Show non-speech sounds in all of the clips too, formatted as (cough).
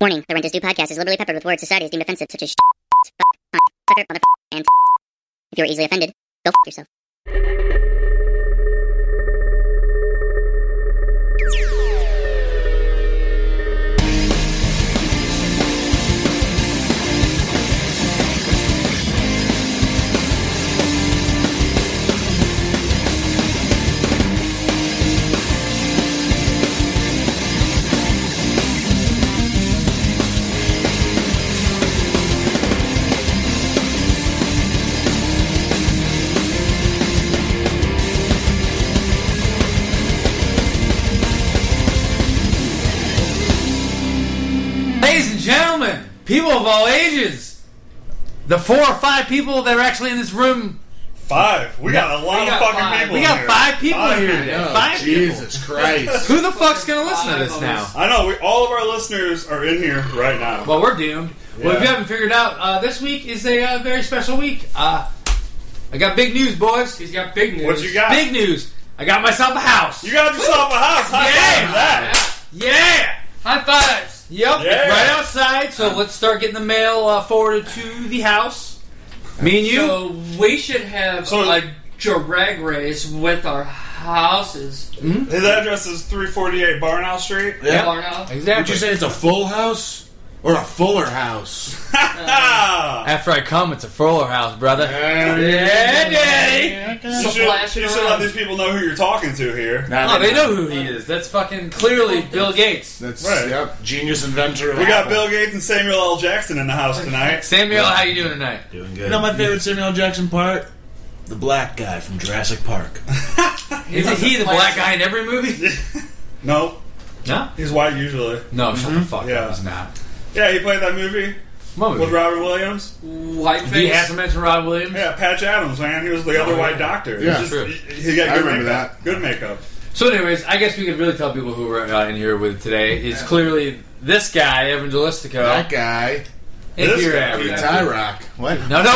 Warning: The Rent is Due podcast is liberally peppered with words society has deemed offensive, such as (laughs) sh**, fuck, cunt, fucker, mother, and (laughs) f***. If you are easily offended, go f*** yourself. Ladies and gentlemen, people of all ages, the four or five people that are actually in this room, Five. We got a lot we of got fucking five. people. we in got here. five people Five here people. today. Five people. Oh, Jesus (laughs) Christ. Who the fuck's gonna listen to this Five now? of I know. We all of our listeners are in here right now. Well, we're doomed. Well, if Yeah. you haven't figured out, uh, this week is a uh, very special week. Uh, I got big news, boys. He's got big news. what you got? Big news. I got myself a house. you got yourself a house. High Yeah. five for that. yeah. High fives. Uh-huh. Yep, it's Yeah. right outside. So let's start getting the mail uh, forwarded to the house. Me and you. So we should have So- a drag race with our houses. His address is 348 Barnell Street. Yeah. Barnhouse. Would exactly. you say it's a full house or a fuller house? Ah. After I come, it's a Froller house, brother. Uh, yeah, you should, Splashing you should let around. these people know who you're talking to here. Oh, they know who he is. That's fucking clearly Bill Gates. That's Right. yep, genius inventor. Of We got Apple. Bill Gates and Samuel L. Jackson in the house tonight. Samuel, how you doing tonight? Doing good. You know my favorite Samuel L. Jackson part? The black guy from Jurassic Park. Isn't he the black guy in every movie? No, No, he's white usually. no, shut the fuck Yeah. up. He's not. Yeah, he played that movie What with movie? Robert Williams. Whiteface. He has to mention Rob Williams. Yeah, Patch Adams, man. He was the other yeah. white doctor. Oh, Yeah, He's true. he, he got good I remember makeup. that. Good makeup. So, anyways, I guess we could really tell people who we're uh, in here with today. It's clearly this guy, Evangelistico. that guy. and this your guy, average. Pete Tyrock. What? No, no, (laughs)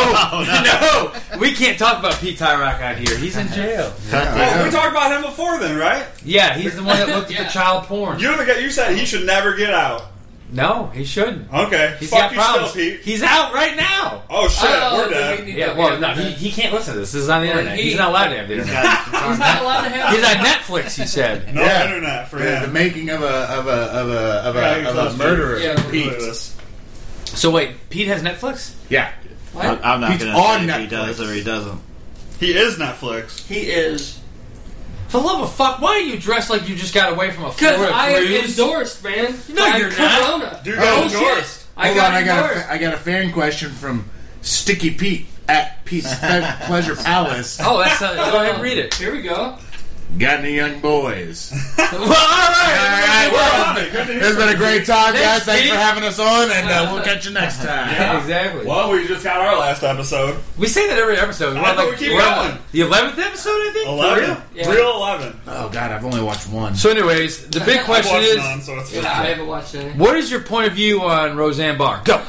no, We can't talk about Pete Tyrock out here. He's in jail. Oh, we talked about him before then, right? Yeah, he's the one that looked at Yeah. the child porn. You're the guy. You said he should never get out. No, he shouldn't. Okay. He's Fuck got you problems. still, Pete. He's out right now. Oh shit, Oh, we're then dead. we need Yeah, to- well, no, yeah. he, he can't listen to this. This is on the Well, internet. he- He's not allowed to have the internet. He's not allowed to have. He's on Netflix, he said. No Yeah. internet for The, the him. making of a of a (laughs) of a of Yeah, he a, of loves a murderer, Yeah, Look Pete. at this. So wait, Pete has Netflix? Yeah, What? I'm, I'm not He's going on to say if he Netflix. does or he doesn't. He is Netflix. He is. For the love of fuck, why are you dressed like you just got away from a Because Florida I am cruise? endorsed, man. No, by you're not. Corona. Dude Oh, got shit. endorsed. I Hold got on, I got a endorsed. fa- I got a fan question from Sticky Pete at Pete's Fe- Pleasure Palace. oh, that's uh, go ahead and read (laughs) it. Here we go. Got any young boys? well, all right, All right, all right. Good to hear It's from been a you. great time, Thanks, guys. Thanks for Pete. having us on, and uh, we'll catch you next time. Yeah. Exactly. Well, we just got our last episode. We say that every episode. We're I on, know, like, we keep we're on going. the eleventh episode, I think. for Eleven. real? Yeah. Real eleven. Oh God, I've only watched one. So, anyways, the big I've question watched is: none, so it's Yeah, I haven't watched any. What is your point of view on Roseanne Barr? Go.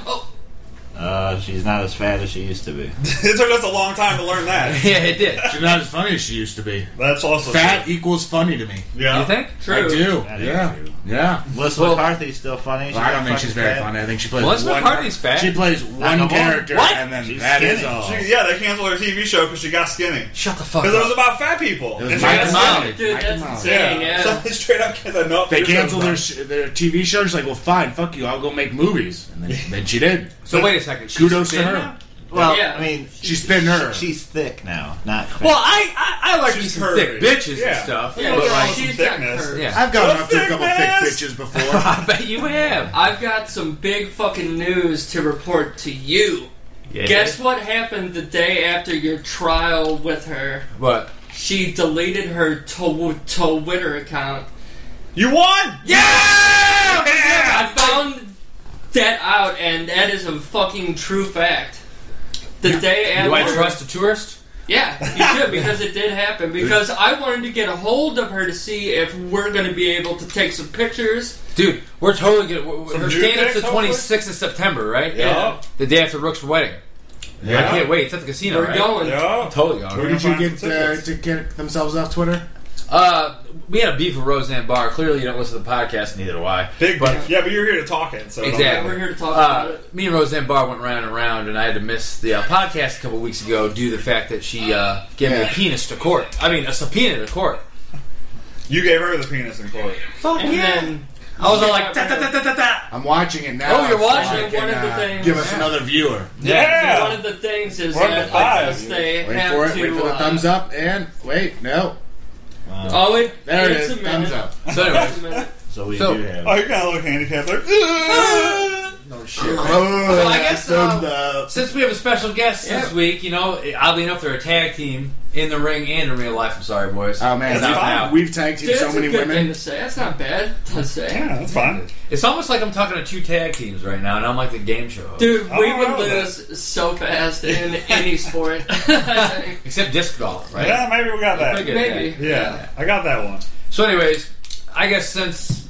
Uh, she's not as fat as she used to be. (laughs) it took us a long time to learn (laughs) (laughs) that. Yeah, it did. She's not as funny as she used to be. That's also Fat true. equals funny to me. Yeah. You think? True. I do. That is yeah, true. yeah. Melissa Well- McCarthy's still funny. She's Well, I not don't think she's fucking very fat. funny. I think she plays Melissa one. McCarthy's fat. She plays no one more. character, What? and then that She's is skinny. all. She, yeah, they canceled her TV show because she got skinny. Shut the fuck Because it was up. about fat people. (laughs) It was And she Mike got and skinny. Molly. Dude, I that's come out. insane. Yeah. So they (laughs) straight up canceled. No, They your show's canceled their done. sh- their TV show. She's like, "Well, fine, fuck you. I'll go make movies." And then, then she did. So wait a second. She's Kudos to thin her. now? Well, Yeah. I mean, She's thinner. she's thick now, not fat. Well, I I, I like She's these some curvy. thick bitches Yeah. and stuff. Yeah, but girl, like, she's some got thickness. curves. yeah, I've gone The up to a couple thick thickness. bitches before. (laughs) I bet you have. I've got some big fucking news to report to you. Yeah. Guess what happened the day after your trial with her? what? She deleted her to- Twitter account. You won. Yeah! I found that out, and that is a fucking true fact. The day after. Do I trust a tourist? Yeah, you should because it did happen. Because I wanted to get a hold of her to see if we're going to be able to take some pictures. Dude, we're totally good. We're, we're- Some her dude stand-up's the pics, hopefully? 26th of September, right? Yeah. The day after Rook's wedding. I can't wait. It's at the casino, We're right? going. Yeah. Totally going. Where did you Find get some uh, tickets. to get themselves off Twitter? Uh, we had a beef with Roseanne Barr. Clearly, you don't listen to the podcast, neither do I. Big But- beef. Yeah, but you're here to talk it. So Exactly. We're here to talk Uh, about it. me and Roseanne Barr went round and round, and I had to miss the uh, podcast a couple weeks ago due to the fact that she uh, gave me a Yeah. penis to court. I mean, a subpoena to court. You gave her the penis in court. Fuck And yeah! then I was all like, Yeah. da, da, da, da, da, da. I'm watching it now. Oh, you're so I watching can, one of the uh, things- Give us another viewer. so one of the things is We're up to that five. because they Wait have for it. to. Wait for the uh, thumbs up and wait. No, Uh, Oh, it, there it it's is. A minute. Thumbs up. So, It's anyways, (laughs) a minute. so we so- do Oh, have. you're kind of look handicapped. Like, "Ugh." no shit. Oh, So I guess, thumbs uh, up. Since we have a special guest this Yeah. week, you know, oddly enough, they're a tag team in the ring and in real life. I'm sorry, boys. Oh man, That's we've- fine. we've tag teamed Dude, so that's a many good thing women. to say. That's not bad to say. yeah, that's fine. It's almost like I'm talking to two tag teams right now, and I'm like the game show. host. Dude, I we don't Oh, would know. lose so fast in (laughs) any sport. I think. Except disc golf, right? Yeah, maybe we got that. Pretty Yeah, good, yeah. Maybe. I got that one. So, anyways, I guess since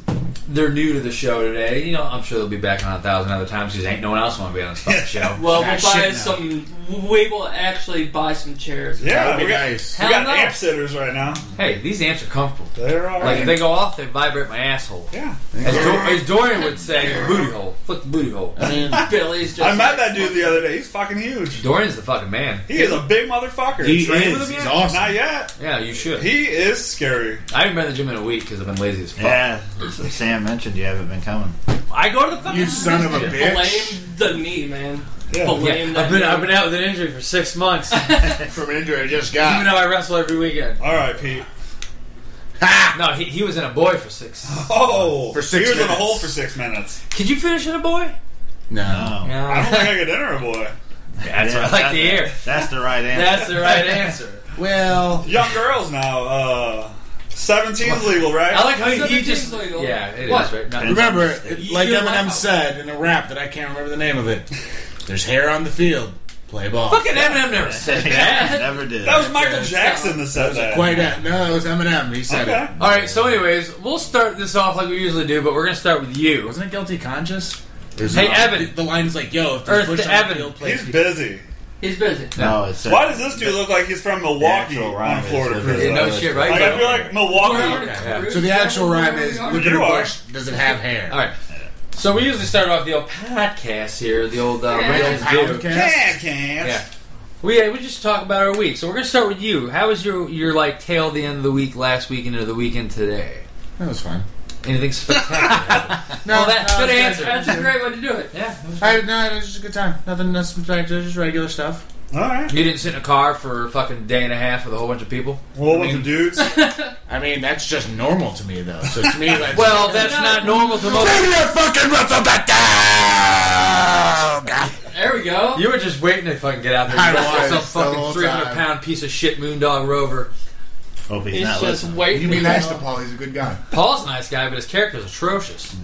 they're new to the show today, you know, I'm sure they'll be back on a thousand other times because ain't no one else want to be on this fucking show. Well, we'll That buy shit now. some. We will actually buy some chairs. Yeah, That would we be got, nice. we got Hell no. amp sitters right now. hey, these amps are comfortable. They're all Like right. if they go off, they vibrate my asshole. yeah. As, Dor- as Dorian would say, booty hole. Fuck the booty hole. I mean, (laughs) Billy's just. I met like, that dude the other day. He's fucking huge. Dorian's the fucking man. He is a big motherfucker. he trained with is. him He's yet? awesome. Not yet. Yeah, you should. He is scary. I haven't been to the gym in a week because I've been lazy as fuck. Yeah, so Sam mentioned you haven't been coming. I go to the fucking You son of a bitch. Blame the knee, man. Yeah. Yeah, Blame that I've been knee. I've been out with an injury for six months, even From an injury I just got. though I wrestle every weekend. All right, Pete. No, he, he was in a boy for six. Oh, For six he was in minutes. a hole for six minutes. Could you finish in a boy? No. Oh. No. I don't think I could enter a boy. That's what I like to hear. That's the right answer. That's the right answer. Well, Young girls now. Uh, 17's legal, right? I like how he, he Seventeen's just legal. yeah, it is What? right. No, remember, it, like You're Eminem like- said in a rap that I can't remember the name of it. There's hair on the field. Play ball. fucking Eminem never (laughs) said Yeah, that. never did. that was Michael Yeah, Jackson that said that. Quite a, no, it was Eminem. He said Okay. it. All right, so anyways, we'll start this off like we usually do, but we're gonna start with you. Wasn't it guilty conscious? There's Hey, no- Evan. The, the line's like, yo, if Earth there's push to on Evan. the field, play He's busy. He's busy. no, it's Why does this dude look like he's from Milwaukee actual rhyme on is Florida different. Cruise? Yeah, no though? shit, right? Like, I feel like Milwaukee. Yeah. So the actual rhyme is, look at You her are. bush, does it have hair? All right, so we usually start off the old podcast here, the old uh, Rails do. Podcast? Can can. Yeah. We, we just talk about our week, so we're gonna start with you. How was your your like tail the end of the week last week into the weekend today? That was fun. Anything (laughs) spectacular? No, Well, that- good answer. That's a great way to do it. yeah, it was- I, no, it was just a good time. Nothing that's just regular stuff. All right. you didn't sit in a car for a fucking day and a half with a whole bunch of people. Well, with the dudes, I mean, that's just normal to me, though. So (laughs) to me, that's (laughs) Well, that's not normal to most. Maybe I fucking wrestled that guy. There we go. You were just waiting to fucking get out there. I You wrestled was some the fucking whole three hundred time. pound piece of shit moondog rover. Hope he's, He's not just listening. waiting. You be to nice go. to Paul. He's a good guy. Paul's a nice guy, but his character's atrocious.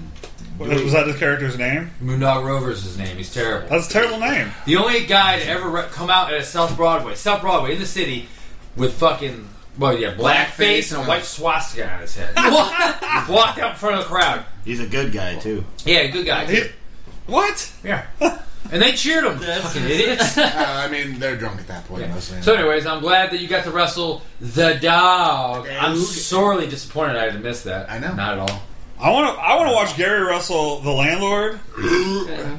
was that his character's name? Moondog Rover's his name. He's terrible. That's a terrible name. The only guy to ever re- come out at a South Broadway, South Broadway in the city, with fucking well, yeah, black face and a white swastika on his head. He (laughs) Walked out in front of the crowd. He's a good guy too. Yeah, good guy. He- what? Yeah, and they cheered him. That's- Fucking idiots. Uh, I mean, they're drunk at that point mostly. So, anyways, I'm glad that you got to wrestle the dog. I'm Dog. sorely disappointed I had to miss that. I know. Not at all. I want to. I want to watch Gary Russell, the landlord,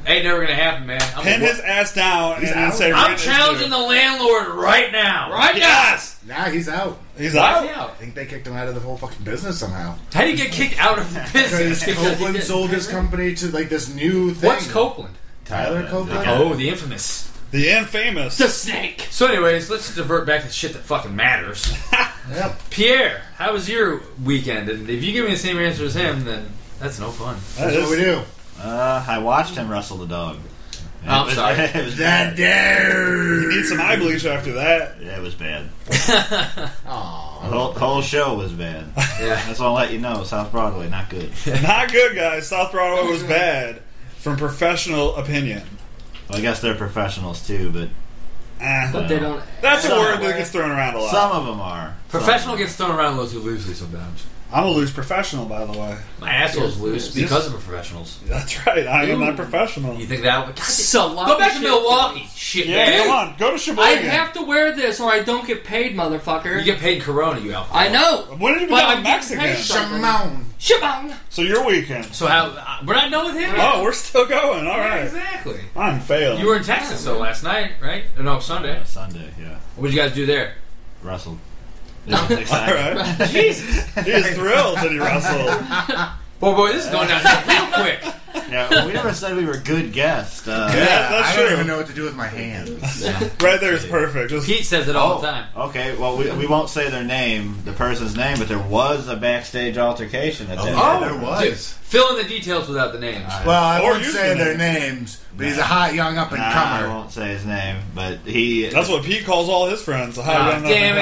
Ain't never gonna happen, man. I'm, pin his ass down and then out. say, I'm "Rent is challenging due." the landlord right now. Right Yes, now he's out. he's Why is out. he out? I think they kicked him out of the whole fucking business somehow. (laughs) How do you get kicked out of the business? Because Because he Copeland did- sold his company to like this new thing. What's Copeland? Tyler Copeland. Oh, the infamous. The infamous. The snake. So, anyways, let's divert back to shit that fucking matters. Yep. Pierre, how was your weekend? And if you give me the same answer as him, then that's no fun. That That's is- what we do. Uh, I watched him wrestle the dog. Oh, I'm It was- sorry. (laughs) It was That bad. dude. Need some eye bleach after that. Yeah, it was bad. The Aw. whole, whole show was bad. Yeah. That's all I'll let you know. South Broadway, not good. Not good, guys. South Broadway was bad, from professional opinion. Well, I guess they're professionals too, but Eh. But they don't. That's a word Somewhere. that gets thrown around a lot. some of them are. Professional gets thrown around a little too loosely sometimes. I'm a loose professional, by the way. My asshole's loose because of the professionals. That's right. I am not professional. You think that? would- God, So go back to Milwaukee, shit. Yeah, man. come on, go to Sheboygan. I have to wear this or I don't get paid, motherfucker. You get paid Corona, you alcohol. I know. When did you But become I'm Mexican? getting paid something. Shimon. Shimon. So your weekend. So how? Uh, we're not done with him. Oh, we're still going. All Yeah, right. exactly. I'm failing. You were in Texas though last night, right? Or no, Sunday. Yeah, Sunday, yeah. What did you guys do there? (laughs) Wrestled. This was All exciting. right. Jesus. He is thrilled that he wrestled. Boy, boy, this is going (laughs) down real quick. Yeah, we never said we were good guests. Uh, Yeah, that's I don't true. even know what to do with my hands. Right there is perfect. Just Pete says it all the time. okay, well, we, we won't say their name, the person's name, but there was a backstage altercation at that. Oh, there was. dude, fill in the details without the names. Well, I Or won't you say can. their names, but he's a hot young up and Nah, I comer. Oh, won't say his name, but he. that's what Pete calls all his friends. A hot Ah, damn young up and it.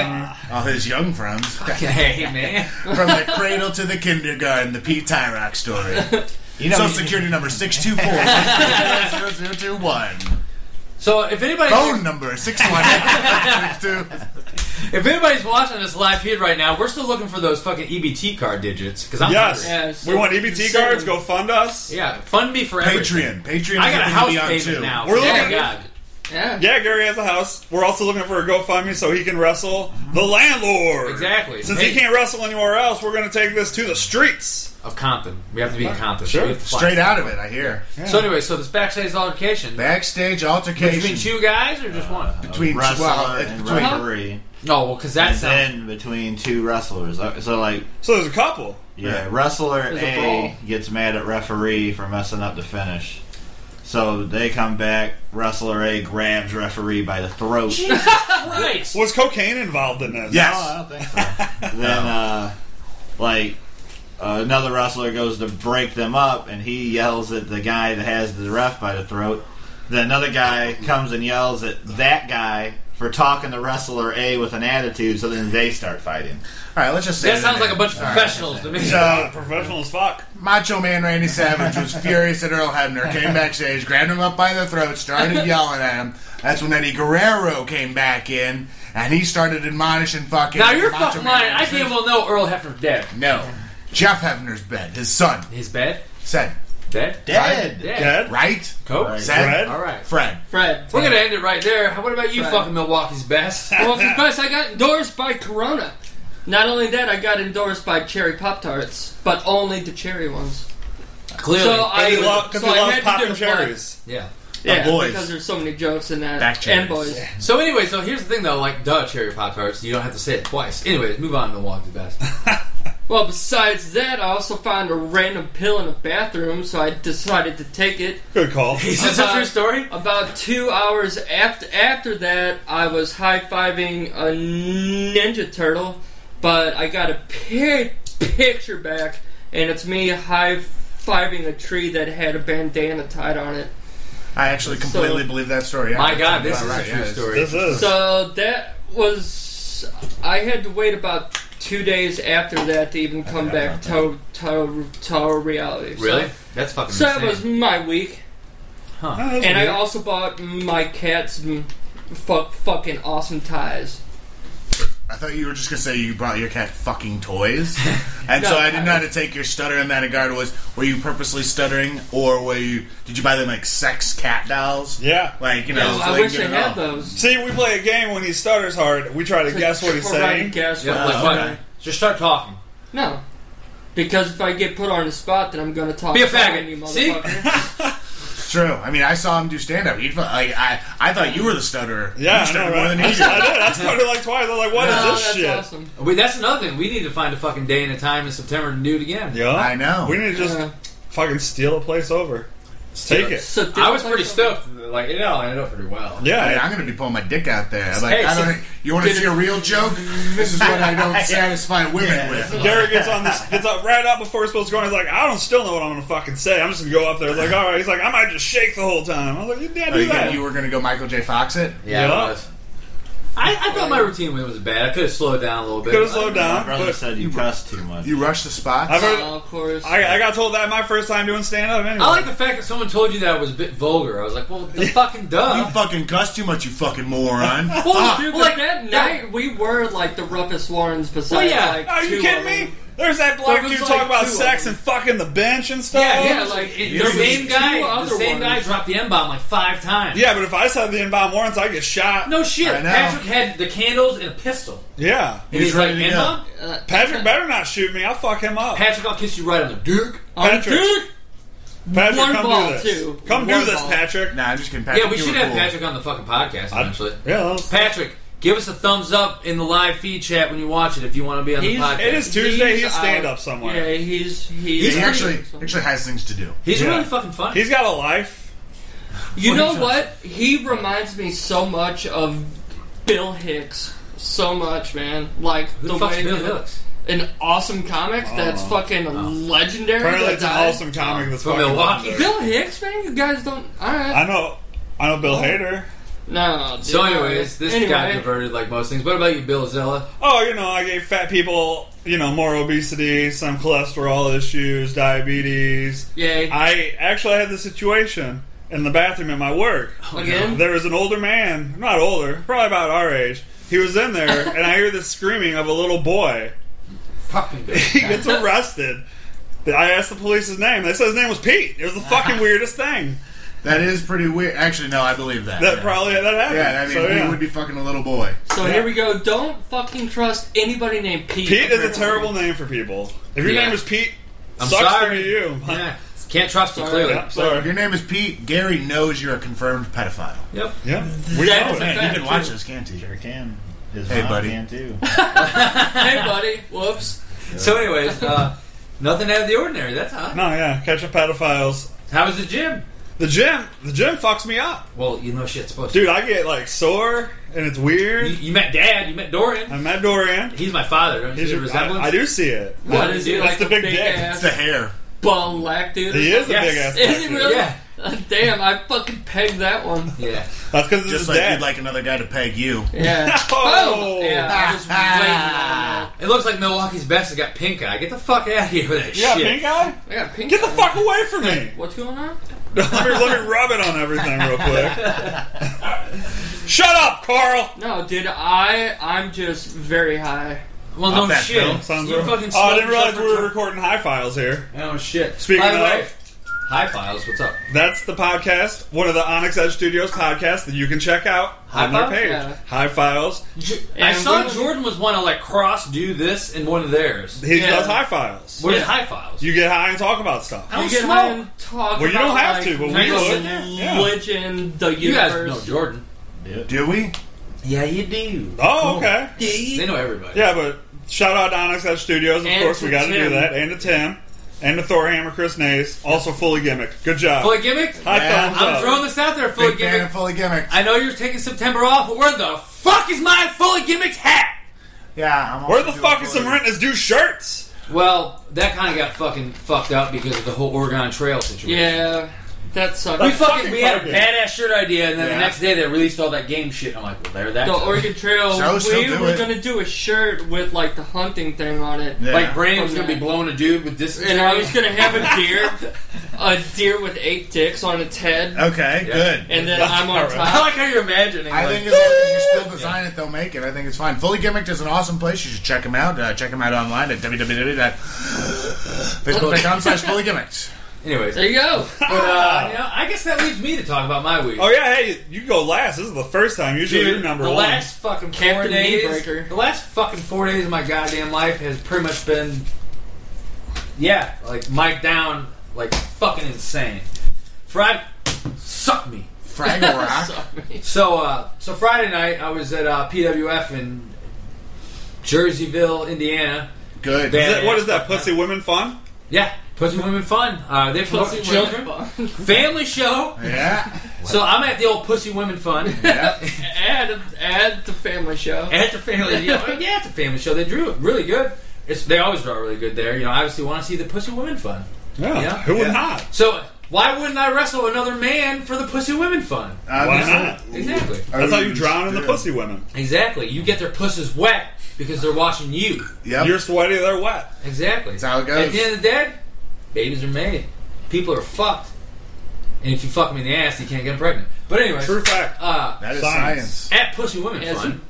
comer. All his young friends. hey man, From the cradle to the kindergarten, the Pete Tyrock story. you know, Social he- security number 624 So if anybody, Phone number 618 if anybody's watching this live feed right now, we're still looking for those fucking EBT card digits because I'm Yes. hungry. Yeah, so- we want EBT so- cards. Go fund us. Yeah. yeah, fund me for everything. Patreon. Patreon. I got a house payment too. now. We're Thank looking- God. Yeah. Gary has a house. We're also looking for a GoFundMe so he can wrestle the landlord. Exactly. Since Hey. he can't wrestle anywhere else, we're going to take this to the streets. of Compton. We have to be in Compton. Sure. We have to fly. Straight out of it, I hear. So anyway, so this backstage altercation Backstage between altercation. two guys or just one? a between- wrestler well, it's and between- referee, No, well, because that Uh, and sounds. then between two wrestlers. Uh, So like, So there's a couple. yeah, wrestler There's a brawl. A gets mad at referee for messing up the finish. So they come back. Wrestler A grabs referee by the throat. Christ. Was cocaine involved in this? Yes. No, Oh, I don't think so. (laughs) then, uh, like, uh, another wrestler goes to break them up, and he yells at the guy that has the ref by the throat. Then another guy comes and yells at that guy for talking to wrestler A with an attitude, so then they start fighting. All right, let's just say That sounds their like a name. bunch of All right. professionals to me. Uh, professional as fuck. Macho Man Randy Savage was furious at (laughs) Earl Hebner, came backstage, grabbed him up by the throat, started yelling at him. That's when Eddie Guerrero came back in, and he started admonishing fucking. Now you're Macho fucking Man lying. I Randy damn well know Earl Hefner's dead. Savage. No. Jeff Hebner's bed, his son, His bed? said, Dead? Dead. Dead. Dead. right? Coke? Right. Said, Fred? All right. Fred. Fred. We're going to end it right there. How- What about you, Right. fucking Milwaukee's best? (laughs) Well, because I got endorsed by Corona. Not only that, I got endorsed by Cherry Pop Tarts, but only the cherry ones. Clearly. So I Because so he I loves had to popping do the cherries. yeah. Yeah, boys. because there's so many jokes in that. Back cherries. and boys. So anyway, so here's the thing though, like duh, cherry pop tarts. You don't have to say it twice. Anyways, move on. Milwaukee's best. Well, besides that, I also found a random pill in a bathroom, so I decided to take it. Good call. Is this a About- true story? About two hours after after that, I was high fiving a Ninja Turtle, but I got a pi- picture back, and it's me high fiving a tree that had a bandana tied on it. I actually completely So- believe that story. Yeah, My God, that's this is about a right, true yeah, it's- story. This is. (laughs) So that was. I had to wait about two days after that to even come back to, to, to reality. So- Really? That's fucking So that insane. was my week, Oh, that's and I weird. also bought my cat's mm, fuck fucking awesome ties. I thought you were just gonna say you brought your cat fucking toys, and No, so I didn't know I- how to take your stutter in that regard. Was were you purposely stuttering, or were you? Did you buy them like sex cat dolls? Yeah. like you know. Oh, so I they wish I can get it had off. those. See, we play a game when he stutters hard. We try to guess what he's Or try to saying. Guess Yeah, what like, he's what? saying. Just start talking. No, because if I get put on the spot, then I'm gonna talk. Be a about faggot. You See? motherfucker. True. I mean, I saw him do stand up. He like I, I thought you were the stutterer. Yeah, you I stuttered know, more right? than (laughs) he I did. did. I stuttered like twice. I'm like, what is Oh, this that's shit? awesome. Wait, that's another thing. We need to find a fucking day and a time in September to do it again. Yeah, I know. We need to just Yeah. fucking steal a place over. Take it. So I was did- pretty stoked. Like it all ended up pretty well. I mean, Yeah. I'm gonna be pulling my dick out there. I'm like, Hey, I so- don't. you want to see a real joke? This is what I (laughs) don't satisfy women with. Gary gets on this, gets up right out before it's supposed to go. And he's like, I don't still know what I'm gonna fucking say. I'm just gonna go up there. Like, all right. He's like, I might just shake the whole time. I was like, yeah, Oh, do you, that. you were gonna go Michael J. Fox it? Yeah, Yeah. it was. I, I thought my routine was bad. I could have slowed down a little bit. Could have slowed My down. brother But said you cuss too much. You rushed the spots. I've heard. Oh, of course. I, I got told that my first time doing stand up. Anyway. I like the fact that someone told you that it was a bit vulgar. I was like, well, the fucking You duh. fucking cuss too much, you fucking moron. Well, Ah, dude, well, but that yeah. night we were like the roughest Warrens. Besides, Well, yeah. like, Are you two kidding of them. me? There's that black There was dude like talking about two of sex them. and fucking the bench and stuff. Yeah, yeah, like it, the There's same two guy, the other same guy ones. dropped the M bomb like five times. Yeah, but if I said the inbound warrants, I get shot. No shit. I know. Patrick had the candles and a pistol. Yeah, And he's, like, ready to M go. bomb? Patrick better not shoot me. I'll fuck him up. Patrick, I'll kiss you right on the dick. Patrick. Dude, Patrick, one come ball, do this. too. Come do One this, ball. Patrick. Nah, I'm just kidding. Patrick, Yeah, we you should were have cool. Patrick on the fucking podcast eventually. Yeah, that was- Patrick, give us a thumbs up in the live feed chat when you watch it if you want to be on the He's- podcast. it is Tuesday. He's, he's stand out. up somewhere. Yeah, he's he's, He actually somewhere. actually has things to do. He's Yeah. really fucking funny. He's got a life. You know Funny what? He reminds me so much of Bill Hicks. So much, man. Like Who the, the, fuck's way Bill that- Hicks? an awesome comic that's fucking legendary. Oh. Apparently, that it's an died. awesome comic that's From fucking Milwaukee. legendary. Bill Hicks, man. You guys don't. All right. I know. I know Bill Hader. no. Dude, So, anyways, this Anyway, got diverted like most things. What about you, Bill Zilla? Oh, you know, I gave fat people, you know, more obesity, some cholesterol issues, diabetes. Yay. I actually had the situation in the bathroom at my work. Again? There was an older man, not older, probably about our age. He was in there, (laughs) and I hear the screaming of a little boy. Fucking Bill. He gets arrested. I asked the police his name. They said his name was Pete. It was (laughs) the fucking weirdest thing. That is pretty weird. Actually, no, I believe that. That yeah. probably that happened. Yeah, I mean, So, we yeah. would be fucking a little boy. So here we go. Don't fucking trust anybody named Pete. Pete is a terrible name for people. If your Yeah. name is Pete, I'm sucks sorry. for you. (laughs) Yeah. Can't trust you, Sorry. clearly. Yeah, sorry. Your name is Pete. Gary knows you're a confirmed pedophile. Yep. (laughs) Yeah, we That know is it. a fact. You can watch this, can't you? Sure can. His Hey, mom buddy. (laughs) can too. Hey, buddy. (laughs) Whoops. So, anyways, uh, nothing out of the ordinary. That's hot. No, yeah, catch up pedophiles. How was the gym? The gym, the gym fucks me up, Well, you know shit's supposed to. dude. I get like sore, and it's weird. You, you met Dad. You met Dorian. I met Dorian. He's my father. Don't you see He's the your- resemblance? I, I do see it. What is he That's like? the a big big, dick. It's ass the hair. bum lack dude. or He is a Yes. big ass. Is he dude. really? Uh, Yeah. Damn, I fucking pegged that one. Yeah. That's because it's Just his like dad. you'd like another guy to peg you. (laughs) Yeah. Oh. Boom. Yeah, (laughs) I was waiting on that. It looks like Milwaukee's best has got pink eye. Get the fuck out of here with that yeah, shit. pink eye. I got pink. Get the eye. fuck away from (laughs) me. What's going on? let, me, let me rub it on everything (laughs) real quick. Shut up, Carl. No, dude, I I'm just very high. Well, Up no that shit. film, Sounds you real- fucking Oh, I smoked didn't realize yourself we were for- recording high files here. Oh shit. Speaking By the of- way, high files. What's up? That's the podcast, one of the Onyx Edge Studios podcasts that you can check out High on their Files? page. Yeah. High Files. I And saw we- Jordan was one to like cross do this in one of theirs. He Yeah. does High Files. Where's high files? You get high and talk about stuff. I You don't get smoke. high and talk Well, you about, don't have like, to, but we race would. and Yeah. Religion, the You guys universe. know Jordan. Yep. Do we? Yeah, you do. Oh, okay. They know everybody. Yeah, but shout out to Onyx Edge Studios. Of And course, to we got to do Tim. that. And to Tim. And to Thor Hammer, Chris Nays. Also fully gimmicked. Good job. Fully gimmick. High Yeah. thumbs I'm up. throwing this out there. Fully Big fan gimmick. of fully gimmicks. I know you're taking September off, but where the fuck is my fully gimmicked hat? yeah, I'm Where also the doing fuck is fully- some rent is due shirts? Well, that kind of got fucking fucked up because of the whole Oregon Trail situation. Yeah, that sucks. We That's fucking, fucking we had a fucking- badass shirt idea, and then Yeah. the next day they released all that game shit. I'm like, well, there that. the Oregon Trail. So, so we do were it. gonna do a shirt with like the hunting thing on it, Yeah. Like Brandon was gonna be blowing a dude with (laughs) this. and I was gonna (laughs) have a deer, a deer with eight dicks on its head, Okay, Yeah. good. and then I'm (laughs) on I (laughs) top. like how you're imagining. I like, think as long as you still design it, they'll make it. I think it's fine. Fully Gimmicked is an awesome place. You should check them out. Uh, check them out online at www.facebook.com slash fully gimmicked. Anyways, There you go. but uh, you know, I guess that leaves me to talk about my week. Oh, yeah, hey, you go last. This is the first time. Usually you're number the one. last fucking four Captain days, Kneebreaker. the last fucking four days of my goddamn life has pretty much been, yeah, like mic down, like fucking insane. Friday, suck me. Fraggle Rock. (laughs) Sorry. So, uh, so Friday night, I was at uh, PWF in Jerseyville, Indiana. Good. Bad. Is that- what is that, Pussy Women Fun? Yeah, Pussy Women Fun. Uh, they promote Pussy children. (laughs) went fun. Family show. Yeah. So I'm at the old Pussy Women Fun. Yeah. add add the family show. at the family, you know, yeah, at the family show, they drew really good. It's, they always draw really good there. You know, obviously want to see the Pussy Women Fun. Yeah. Yeah. Who would Yeah. not? So why wouldn't I wrestle another man for the Pussy Women Fun? Why Obviously. not? Exactly, That's Oh, how you drown in the Yeah. pussy women. exactly. You get their pussies wet because they're watching you. Yep. You're sweaty, they're wet. Exactly. That's how it goes. At the end of the day, babies are made. People are fucked. And if you fuck me in the ass, you can't get pregnant. But anyway, True fact. uh, that is Science. science. at Pussy Women As Fun,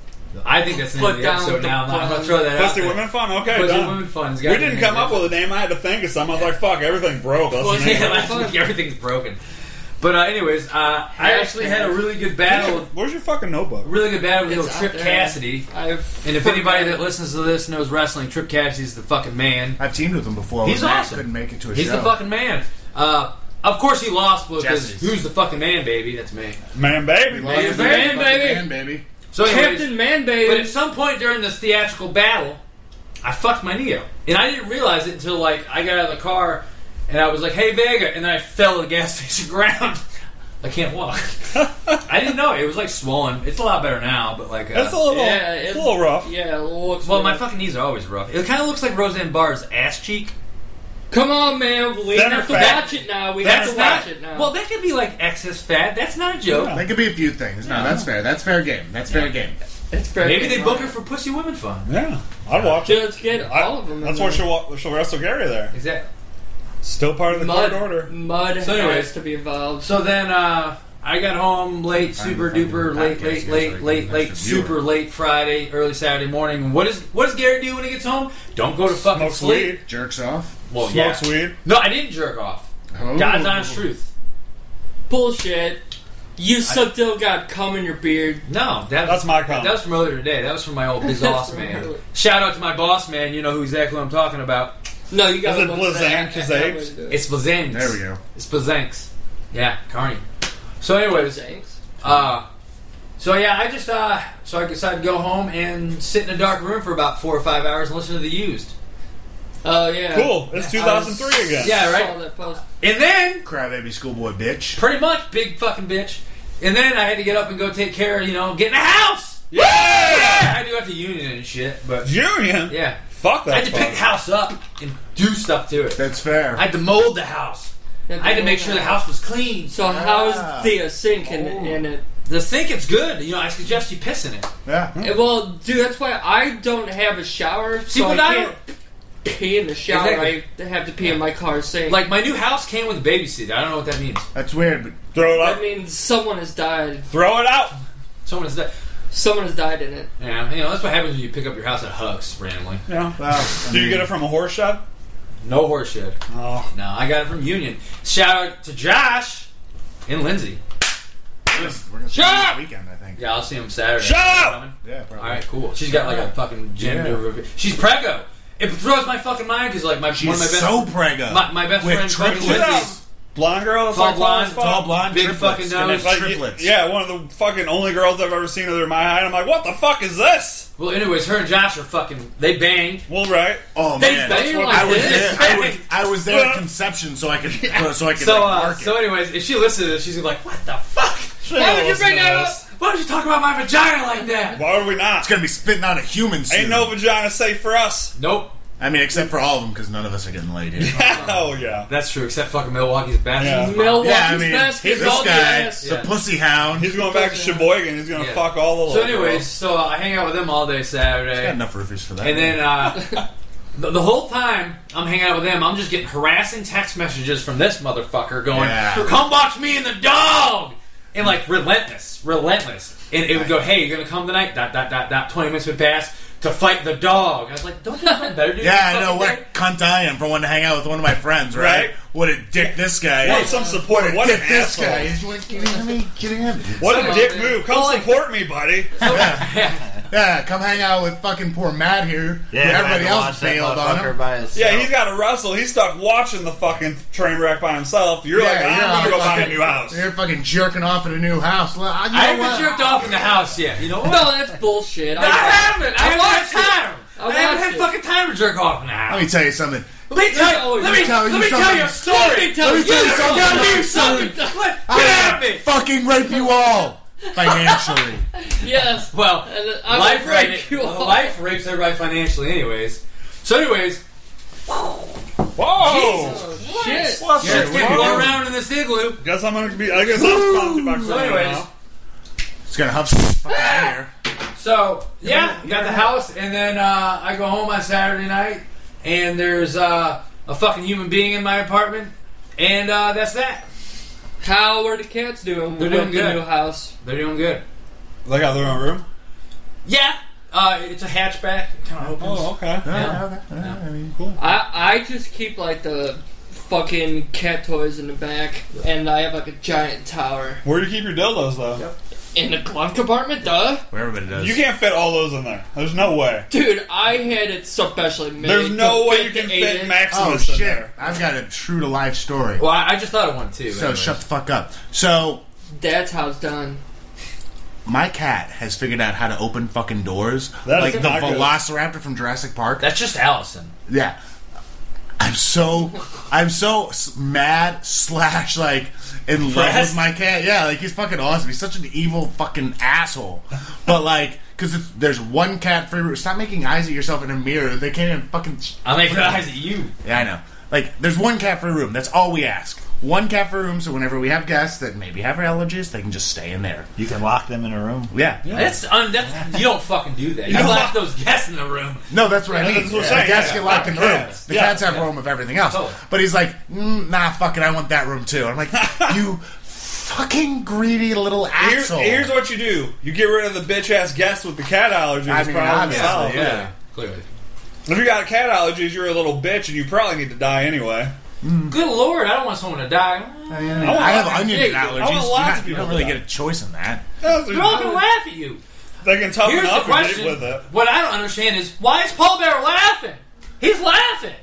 I think that's the name Put of the down episode the now. I'm not- I'm button. gonna throw that out. Pussy there. Women Fun? Okay, Pussy done. Women Fun's We got didn't the come name up with a name. I had to think of something. I was like, fuck, everything broke. That's Well, the (laughs) name. Yeah, last week everything's broken. But uh, anyways, uh, I actually had a really good battle, with- Where's your fucking notebook? really good battle with It's little Trip out there. Cassidy. I've And if anybody that listens to this knows wrestling, Trip Cassidy's the fucking man. I've teamed with him before. He's when Matt awesome. Couldn't make it to a He's show. the fucking man. Uh, of course he lost because Jesse's. who's the fucking man, baby? That's me. Man, baby. Well, he's the man, fucking baby. man, baby. So, anyways, Captain Man but at Baby. some point during this theatrical battle, I fucked my knee up, and I didn't realize it until like I got out of the car and I was like, "Hey Vega," and then I fell to the gas (laughs) station ground. I can't walk. I didn't know it was like swollen. It's a lot better now, but like uh, That's a little, Yeah, it's it- a little rough. Yeah, it looks. well, my weird. fucking knees are always rough. It kind of looks like Roseanne Barr's ass cheek. Come on, man. We Center have to fat. watch it now. We have That's to watch not. it now. Well, that could be like excess fat. That's not a joke. That could be a few things. No, that's fair. That's fair game. That's fair game. it's fair Maybe game, they book right? her for Pussy Women Fun. Yeah, I'd watch Dude, it. let's get I- all of them. in That's where there. she'll, wa- she'll wrestle Gary there. Exactly. Still part of the Mud, court order. mud So anyways- has to be involved. So then uh, I got home late, super fucking duper late, podcast late, here, so I late, can late, be late, extra super viewer. late Friday, early Saturday morning. And what is what does Gary do when he gets home? Don't go to fucking Smokes sleep. weed. Jerks off. Well, Smokes yeah. weed. No, I didn't jerk off. Oh. God's honest truth. Bullshit. You still got cum in your beard. No, that That's my comment. That was from earlier today. That was from my old (laughs) biz boss from man. earlier. Shout out to my boss man. You know who exactly I'm talking about. No, you got Is it Blazank, Kazapes? It's Bazanks. There we go. It's Bazanks. Yeah, Carney. So, anyways, Uh, so yeah, I just uh, so I decided to go home and sit in a dark room for about four or five hours and listen to the used. Oh yeah. Cool. It's 2003 again. Yeah. right? Saw that post. And then, Crybaby schoolboy bitch. pretty much, big fucking bitch. And then I had to get up and go take care of you know getting a house. Yeah! I do have to union and shit, but Union. yeah, Fuck I that. had to pick the house up and do stuff to it. That's fair. I had to mold the house. I had to make sure the house was clean. So So how Ah. is the sink in, in it? the sink, it's good. You know, I suggest you piss in it. yeah. Eh, Well, dude, that's why I don't have a shower. See, so when I I- can't pee in the shower. Exactly. I have to pee in my car sink. Like my new house came with a babysitter. I don't know what that means. That's weird, but Throw it that out. means someone has died. Throw it out. Someone said, Someone has died in it. "Yeah, you know that's what happens when you pick up your house at Huck's randomly." Yeah. well, I Do you mean, get it from a horse shop? No horse shit. Oh. No, I got it from Union. Shout out to Josh and Lindsay. We're gonna see Shut him up! This weekend, I think. Yeah, I'll see them Saturday. Shut up! Yeah, probably. All right, cool. She's got like a fucking gender Yeah. reveal. She's prego. It throws my fucking mind because like my She's one of my best so prego. my, my best With friend fucking triplets. Lindsay, Blonde girl. Tall like blonde, fuck. Tall blonde big triplets. fucking And nose. it's Like, triplets. Yeah, one of the fucking only girls I've ever seen other than my height. I'm like, what the fuck is this? Well, anyways, her and Josh are fucking. They bang. Well, right. Oh They man. bang what like I was this. there. I was, I was there (laughs) at conception, so I could (laughs) so I could So, like, uh, mark it. so anyways, if she listens to this, she's gonna be like, "What the fuck? She Why would you listens bring to that up? this. Why would you talk about my vagina like that?" Why would we not? it's gonna be spitting on a human soon. Ain't no vagina safe for us. Nope, I mean, except for all of them, because none of us are getting laid (laughs) (laughs) here. Hell yeah. that's true. Except fucking Milwaukee's bastards. Milwaukee's yeah, I mean, best this is all guy, gas. the Yeah. pussy hound. He's going back to Sheboygan. He's going to Yeah. fuck all the So, little anyways, girls. so uh, I hang out with them all day Saturday, got enough roofies for that. and then (laughs) uh, the, the whole time I'm hanging out with them, I'm just getting harassing text messages from this motherfucker going, Yeah. "Come watch me and the dog," and like relentless, relentless. And it would go, "Hey, you're gonna come tonight?" Dot dot dot dot. Twenty minutes would pass to fight the dog. I was like, "Don't you know better do?" (laughs) yeah, I this know fucking what thing?" cunt I am for wanting to hang out with one of my friends, right? Right. What a dick this guy Want is. some support. What an dick this asshole. guy is. You ain't kidding me? Kidding him? What a Come dick on, man. move. Come Well, like- support me, buddy. (laughs) Yeah, come hang out with fucking poor Matt here. Yeah, who I everybody had to else watch that bailed on motherfucker him. By himself. Yeah, he's got to wrestle. He's stuck watching the fucking train wreck by himself. You're like, I'm you're going to go fucking- buy a new house. You're fucking jerking off at a new house. Well, you know I haven't what? jerked off in the house yet. You know what? No, that's bullshit. I haven't. I, I haven't watched had time. it. I I, haven't watched had it. fucking time to jerk off in the house. Let me tell you something. Let me tell you. Let me Tell tell you you. Let me tell you a story. Let me Let me tell you something. Tell you something. Let- I Get at will me. Fucking rape you all financially. Yes. Well, And then I life will break rapes. you off. Life rapes everybody financially, anyways. So, anyways, Whoa! Shit. What the shit's gonna fuck? go around in this igloo. Guess I'm gonna be. I guess I'm sponsored by So, Corona anyways, now. It's gonna huff some fucking air. so yeah, got the house, and then uh, I go home on Saturday night, and there's uh, a fucking human being in my apartment, and uh, that's that. How are the cats doing? They're with doing the good. new house. They're doing good. They got their own room. Yeah, Uh, it's a hatchback. It kind of opens. Oh, okay. Yeah, okay. Yeah, I mean, cool. I I just keep like the fucking cat toys in the back, and I have like a giant tower Where do you keep your dildos, though? in the glove compartment. Duh, Where everybody does. You can't fit all those in there. There's no way. dude, I had it specially made. There's no to way you the can eight fit inch. oh Maximus in shit! there. I've got a true to life story. Well, I I just thought of one too. So anyways. shut the fuck up. So That's how it's done. my cat has figured out how to open fucking doors, That like is the not good. Velociraptor from Jurassic Park. That's just Allison. Yeah. I'm so, I'm so s- mad slash like in love Impressed? with my cat. Yeah, like he's fucking awesome. He's such an evil fucking asshole. But like, because there's one cat for stop making eyes at yourself in a mirror. They can't even fucking. I'm making eyes at you. Yeah, I know. Like, there's one cat per room. That's all we ask. One cat per room. So whenever we have guests that maybe have allergies, they can just stay in there. You can lock them in a room. Yeah. That's, un- that's you don't fucking do (laughs) that. You lock those guests in the room. No, that's what I Yeah, mean. that's what I'm The saying, cats yeah. get locked in the room. Cats, The yeah, cats have room of everything else. Totally. But he's like, mm, nah, fuck it. I want that room too. (laughs) I'm like, you fucking greedy little Here- asshole. here's what you do: you get rid of the bitch ass guest with the cat allergies. I mean, probably obviously, solved. yeah. Clearly. If you got cat allergies, you're a little bitch, and you probably need to die anyway. Good lord, I don't want someone to die. I, want have lots of onion people- I allergies. want You're lots not- of you people don't really to get a choice in that. They're all gonna laugh at you. They can toughen Here's the up and question: get with it. What I don't understand is why is Paul Bear laughing? He's laughing.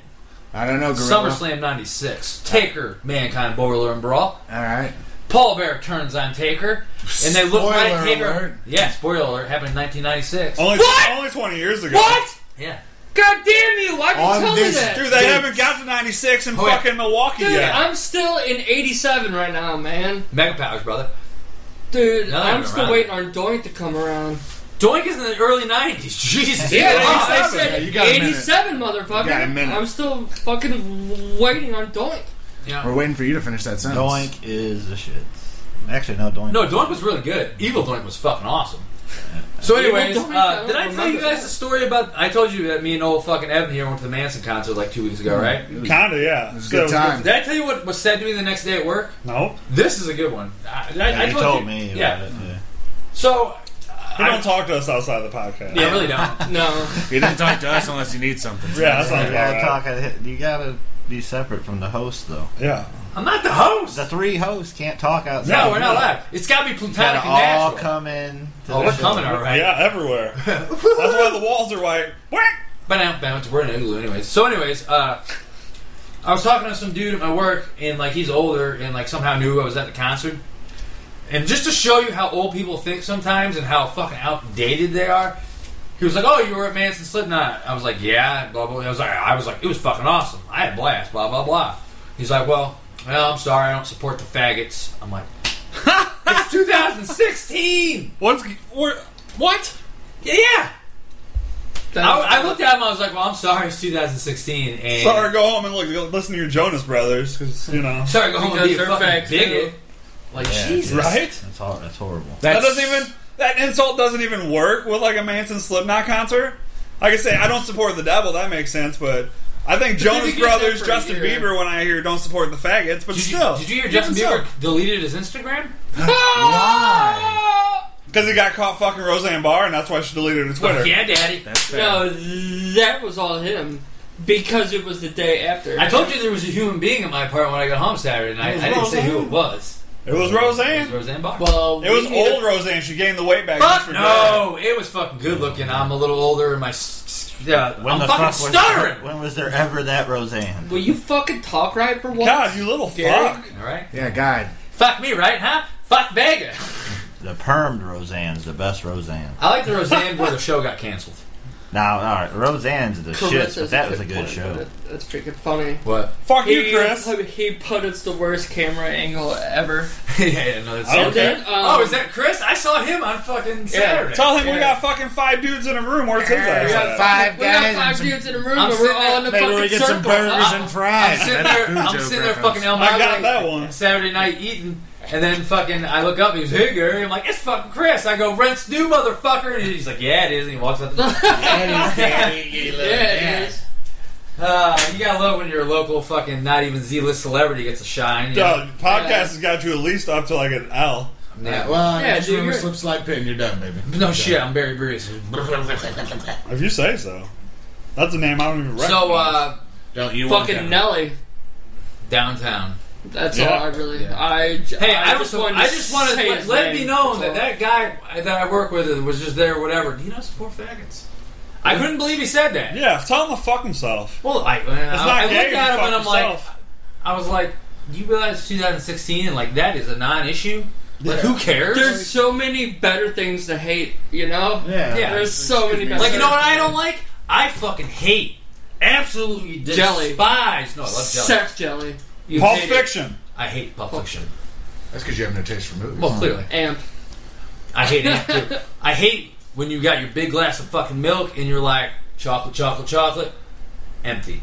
I don't know, gorilla. SummerSlam '96, Taker, Mankind, Boiler, and Brawl. All right. Paul Bear turns on Taker, and they look right at Spoiler Taker. alert. Yeah, spoiler alert. Happened in 1996. Only, What? only 20 years ago. What? Yeah. God damn you! Why'd you On tell this- me that? Dude, they haven't got to 96 in Oh, yeah. fucking Milwaukee Dude, yet. I'm still in 87 right now, man. Mega Powers, brother. Dude, No, I'm they're still around. waiting on Doink to come around. Doink is in the early 90s. (laughs) Jesus. Yeah, Oh, I 87. Yeah, said you got a minute. 87, motherfucker. You got a minute. I'm still fucking waiting on Doink. We're yeah. waiting for you to finish that sentence. Doink is the shit. Actually, no, Doink. No, Doink was really good. Evil Doink was fucking awesome. So, anyways, Evil Doink, I uh, don't did I tell you remember guys that. the story about? I told you that me and old fucking Evan here went to the Manson concert like two weeks Mm. ago, right? Kinda, yeah. It was a So good time. Did I tell you what was said to me the next day at work? No. This is a good one. I, I, Yeah, I you told, told you. me. About Yeah. It, yeah. So He don't talk to us outside the podcast. I really don't. (laughs) No. You didn't talk to us unless you need something. Yeah, that sounds You gotta about right. talk. at- You gotta be separate from the host, though. Yeah. I'm not the host. The three hosts can't talk outside. No, (laughs) we're not allowed. It's got to be You gotta plutonic and all natural. come in. to oh, the we're show. coming, all right. Yeah, (laughs) everywhere. That's why the walls are white. Whack! But now, bounce. We're in an igloo, anyways. So, anyways, uh, I was talking to some dude at my work, and like he's older, and like somehow knew I was at the concert. And just to show you how old people think sometimes, and how fucking outdated they are, he was like, "Oh, you were at Manson Slipknot." I was like, "Yeah." Blah blah. I was like, "I was like, it was fucking awesome. I had a blast." Blah blah blah. He's like, "Well, well, I'm sorry, I don't support the faggots." I'm like, (laughs) "It's 2016." What's. Where, What? Yeah. yeah. That was- I, I looked at him. I was like, "Well, I'm sorry, it's 2016." And sorry, go home and look, listen to your Jonas Brothers, because, you know. sorry, go home and Because be a they're fucking fags, bigot. too. Like Yeah. Jesus, Right? That's, hor- Oh, that's horrible. That doesn't even. That insult doesn't even work with like a Manson Slipknot concert. I could say I don't support the devil. That makes sense, but I think you Jonas get that Brothers, for a Justin year? Bieber. When I hear "Don't support the faggots," but Did you, still, did you hear Justin Bieber deleted his Instagram? Why? Because he got caught fucking Roseanne Barr, and that's why she deleted her Twitter. Like, yeah, Daddy. No, that was all him. Because it was the day after. I told you there was a human being in my apartment when I got home Saturday night. I didn't say who it was. It was It was Roseanne. Roseanne Barr. Well, It was we need old Roseanne. She gained the weight back. just fuck for no, it was fucking good looking. I'm a little older and my s- s- uh, I'm fucking was- stuttering. when was there ever that Roseanne? A, will you fucking talk right for that. once? God, you little Gary? fuck. All right, Yeah, God. fuck me, right? Huh? Fuck Vega. The permed Roseanne's the best Roseanne. I like the Roseanne where the show got canceled. Now, all right, Roseanne's the shit, Carissa's but that was a good good point, but show. it- That's freaking funny. What? (laughs) Fuck He, you, Chris. he put it's the worst camera angle ever. yeah, yeah, no, that's I don't it. care. Then, um, Oh, is that Chris? I saw him on fucking Saturday. Tell him we Yeah. got fucking five dudes in a room. Where's his ass? We at? got five We got guys. five and some- dudes in a room, I'm and we're sitting all in there- the Maybe we fucking get circle. some burgers Uh, and fries. I'm sitting That's there, food I'm joke sitting there reference. fucking El I Mago got that one. Saturday night eating, and then fucking I look up, he's hey Gary, I'm like it's fucking Chris. I go rent's new motherfucker, and he's like yeah it is, and he walks up. The- Yeah, it is. uh, you gotta love when your local fucking not even Z list celebrity gets a shine. you know? Doug, podcast has got you at least up to like an L. Yeah, well, Yeah, next dude, room, a you're- slip slide pin, you're done, baby. No shit, I'm Barry Breeze. If you say so. That's a name I don't even recognize. so, uh, Don't you want Fucking that. Nelly. downtown. That's Yeah. all I really. I j- Hey, I, I, was. just wanted. I just wanted say to let, his let name. me know That's that all. that guy that I work with was just there, or whatever. Do you know support faggots? I couldn't believe he said that. yeah, tell him to fuck himself. Well, I, It's I, not I gay looked to at him fuck and I'm like, yourself. I was like, you realize 2016 and like that is a non-issue. Like, who cares? There's so many better things to hate. You know. Yeah. (laughs) Yeah. There's so many better. like you know what (laughs) I don't like? I fucking hate, absolutely Jelly. despise. No, I love jelly. Sex jelly. You Pulp hate it. Fiction. I hate Pulp Fiction. That's because you have no taste for movies. Well, clearly, Amp. I hate it. (laughs) too. I hate when you got your big glass of fucking milk and you're like chocolate, chocolate, chocolate, empty.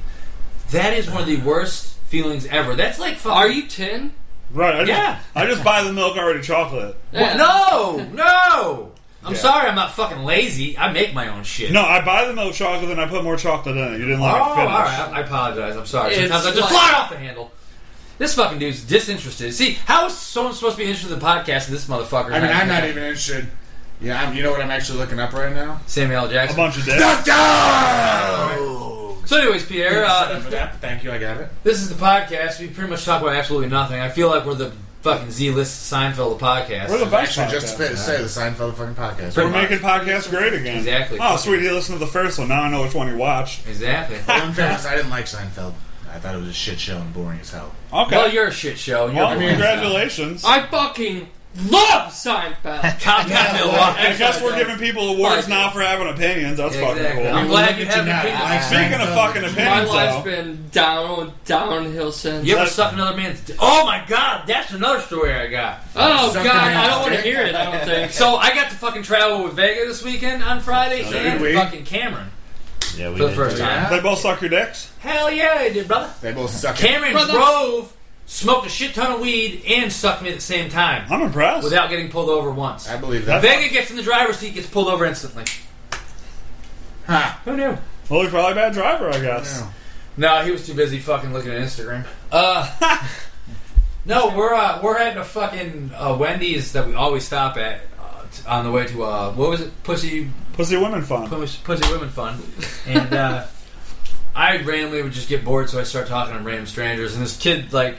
That is one of the worst feelings ever. That's like fucking. Are you ten? Right. I just, Yeah. I just buy the milk already chocolate. Yeah. No, no. I'm Yeah. sorry. I'm not fucking lazy. I make my own shit. No, I buy the milk chocolate and I put more chocolate in it. You didn't Oh, let me all finish. right. I I apologize. I'm sorry. It's Sometimes I just like- fly off the handle. This fucking dude's disinterested. See, how is someone supposed to be interested in the podcast and this motherfucker? I mean, I'm not even interested. Yeah, I'm, you know what I'm actually looking up right now? Samuel L. A Jackson. bunch of dicks. Doctor! So, anyways, Pierre, uh, Thank you, I got it. this is the podcast. We pretty much talk about absolutely nothing. I feel like we're the fucking Z-list Seinfeld of podcasts. We're the best Actually, podcast. just to say the Seinfeld fucking podcast. We're making podcasts great again. Exactly. Oh, sweet, you listened to the first one. Now I know which one you watched. exactly. Well, in fairness, I didn't like Seinfeld. I thought it was a shit show and boring as hell. Okay. well, you're a shit show. and You're Well, I congratulations. I fucking love (laughs) Seinfeld. Cop got Milwaukee. I guess we're giving people awards Fuck. now for having opinions. (laughs) That's Exactly. fucking I'm cool. glad you Look at have now. the people. I like Speaking of Seinfeld. fucking My opinions, life's though, been down downhill since. You ever suck another man's? d- Oh my god, that's another story I got. Oh Something god, I else. don't want to hear it. I don't think. So I got to fucking travel with Vega this weekend on Friday did and we. fucking Cameron Yeah, we for the did first do that. time. they both suck your dicks. Hell yeah, I did, brother. They both suck. it. Cameron Brother. drove, smoked a shit ton of weed, and sucked me at the same time I'm impressed. without getting pulled over once. I believe that. Vega gets in the driver's seat, gets pulled over instantly. Ha. Who knew? well, he's probably a bad driver, I guess. Yeah. No, he was too busy fucking looking at Instagram. Uh, (laughs) no, we're uh, we're at a fucking uh, Wendy's that we always stop at uh, t- on the way to uh, what was it, Pussy Pussy women fun. Pussy, Pussy Women Fun, and uh, I randomly would just get bored, so I start talking to random strangers, and this kid like.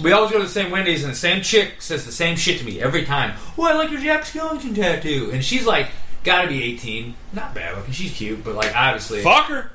We always go to the same Wendy's, and the same chick says the same shit to me every time. Oh, I like your Jack Skellington tattoo, and she's like, gotta be eighteen, not bad looking, she's cute, but like obviously, Fucker.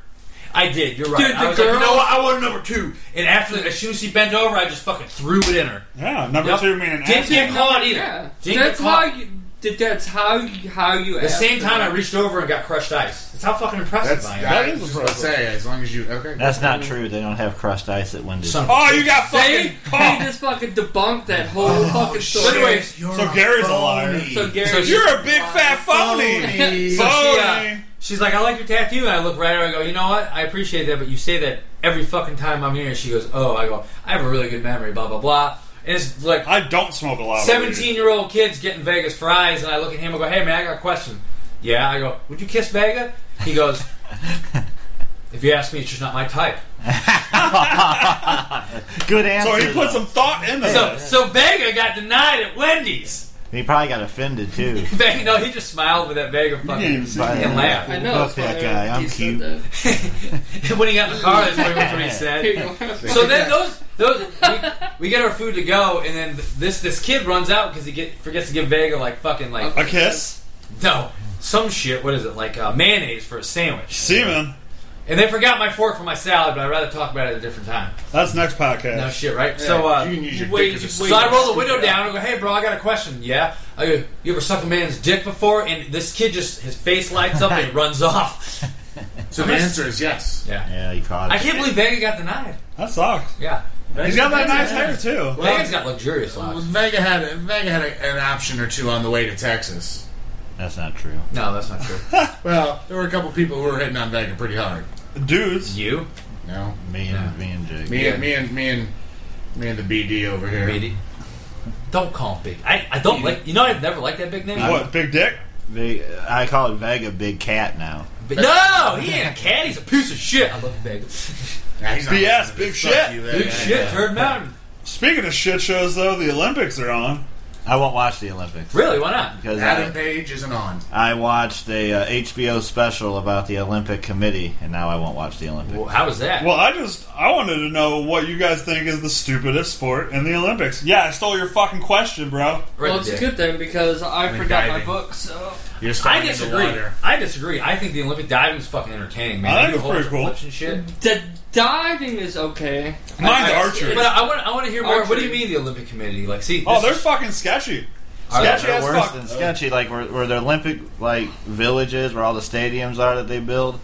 I did. You're right. Dude, I the was like, you know girl- what? I want a number two. And after, as soon as she bent over, I just fucking threw it in her. Yeah, number Yep. two, man. Didn't get caught either. Yeah, Didn't that's get caught. how you. Did that's how you, how you. the same time, I reached over and got crushed ice. That's how fucking impressive That's I am. that is is just impressive. what I say. As long as you okay. That's not true. They don't have crushed ice at Wendy's. Son of a Oh, you got They, fucking (laughs) they caught. just fucking debunked that whole fucking story. shit. anyways, You're so Gary's a liar. phony. so Gary, So You're a big fat phony. Phony. So she, uh, Phony. she's like, I like your tattoo. And I look right at her and I go, you know what? I appreciate that, but you say that every fucking time I'm here. She goes, oh, I go, I have a really good memory, blah, blah, blah. And it's like I don't smoke a lot. of weed. 17 year old kids getting Vegas fries, and I look at him and go, hey, man, I got a question. Yeah, I go, would you kiss Vega? He goes, if you ask me, it's just not my type. Good answer. So he put though. some thought into So, this. so Vega got denied at Wendy's. He probably got offended too. (laughs) Vega, no, he just smiled with that Vega didn't fucking even see that. and laugh. I know Fuck that it's guy, I'm he said cute. (laughs) that. when he got in the car, that's pretty much what he (laughs) Here said. you go. So then those those (laughs) we, we get our food to go, and then this this kid runs out because he get forgets to give Vega like fucking like A kiss, no some shit. What is it like uh, mayonnaise for a sandwich? semen. And they forgot my fork for my salad, but I'd rather talk about it at a different time. That's next podcast. No shit, right? so, uh, you can use your wait, dick as a wait. so I roll the Scoop window it down and go, "Hey, bro, I got a question." Yeah, I go, "You ever suck a man's dick before?" And this kid just his face lights up (laughs) and he runs off. (laughs) So the answer is yes. Yeah, Yeah, he caught it. I can't believe Vega got denied. That sucks. Yeah, He's got that nice hair too. Vega's got luxurious Well, locks. Vega had Vega had a, an option or two on the way to Texas. That's not true. No, that's not (laughs) true. Well, there were a couple people who were hitting on Vega pretty hard. Dudes. you, You know, Me and me and Jake. me and me and me and me and the BD over here. BD. don't call him big. I, I don't like. You know, I've never liked that big name. What? Big dick. Big- I call it Vega Big Cat now. But- no, he ain't a cat. He's a piece of shit. I love (laughs) Vega. Yeah, he's not BS, listening. big Fuck shit. you, Vega. Big shit, Turd Mountain. Speaking of shit shows, though, the Olympics are on. I won't watch the Olympics Really? Why not? because Adam I, Page isn't on. I watched a uh, HBO special about the Olympic Committee, and now I won't watch the Olympics. Well, how was that? Well, I just I wanted to know what you guys think is the stupidest sport in the Olympics. Yeah, I stole your fucking question, bro. Right well, it's there. good then because I mean, forgot diving. my book. So You're I starting in the disagree. water. I disagree. I think the Olympic diving is fucking entertaining, man. I They think do it's whole pretty bunch of cool. flips and shit. the diving is okay. Mine's I- I- archery. uh, But I want. I want to hear more. What do you Archery. mean the Olympic Committee? Like, see, Oh, this they're is- fucking sketchy. Are they- Sketchy They're as worse fuck. than sketchy. Like where, where the Olympic like villages, where all the stadiums are that they build,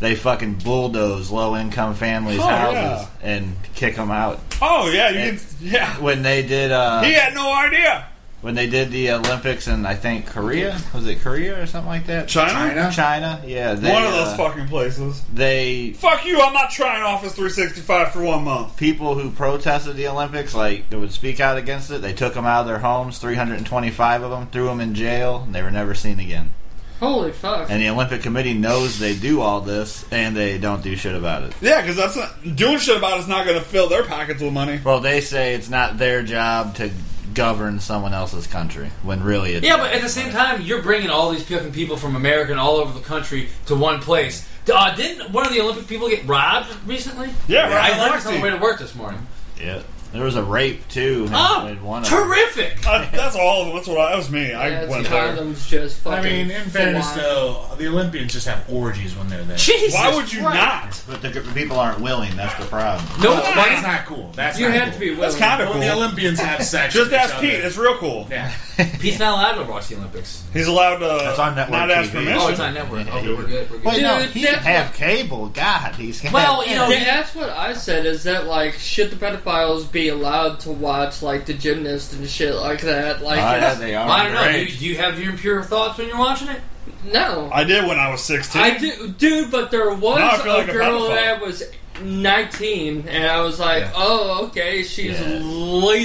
they fucking bulldoze low income families' Oh, houses and kick them out. Oh yeah, you And- can. Yeah, When they did, uh, he had no idea. when they did the Olympics in I think Korea, was it Korea or something like that? China, China? China, yeah. They, one of those uh, fucking places. they Fuck you! I'm not trying Office 365 for one month. people who protested the Olympics, like that would speak out against it. They took them out of their homes, 325 of them, threw them in jail, and they were never seen again. Holy fuck! And the Olympic Committee knows they do all this, and they don't do shit about it. Yeah, because that's not, doing shit about it's not going to fill their pockets with money. Well, they say it's not their job to govern someone else's country, when really it's Yeah, but at the same time, you're bringing all these fucking people from America and all over the country to one place. Uh, didn't one of the Olympic people get robbed recently? Yeah, Ryan I learned this on Lochte. the way to work this morning. Yeah. There was a rape too. in- Oh, in one of them. terrific! I, Uh, that's all of them. That's what I, that was me. Yeah, I it's went there. condoms just I fucking. mean, in fairness uh, fly. though, the Olympians just have orgies when they're there. Jesus, Why would you Christ. not? But the g- people aren't willing. That's the problem. No, Well, why- that's not cool. That's you not had cool. to be willing. That's kind of Well, cool. the Olympians have sex. Just with each ask other. Pete. It's real cool. Yeah. Pete's not allowed to watch the Olympics. He's allowed to That's on network not ask TV. Oh, permission. it's on network. Oh, we're good. We're good. Wait, no, Dude, he that's can have cable. God, he's got- Well, (laughs) you know, Yeah, that's what I said. Is that like should the pedophiles be allowed to watch like the gymnast and shit like that? Like Oh, yeah, they are. I don't know. Do Great. you, do you have your impure thoughts when you're watching it? no, I did when I was 16. I do, dude. But there Now I was feel like a a girl pedophile. that was nineteen, and I was like, Yeah. oh, okay, she's Yeah.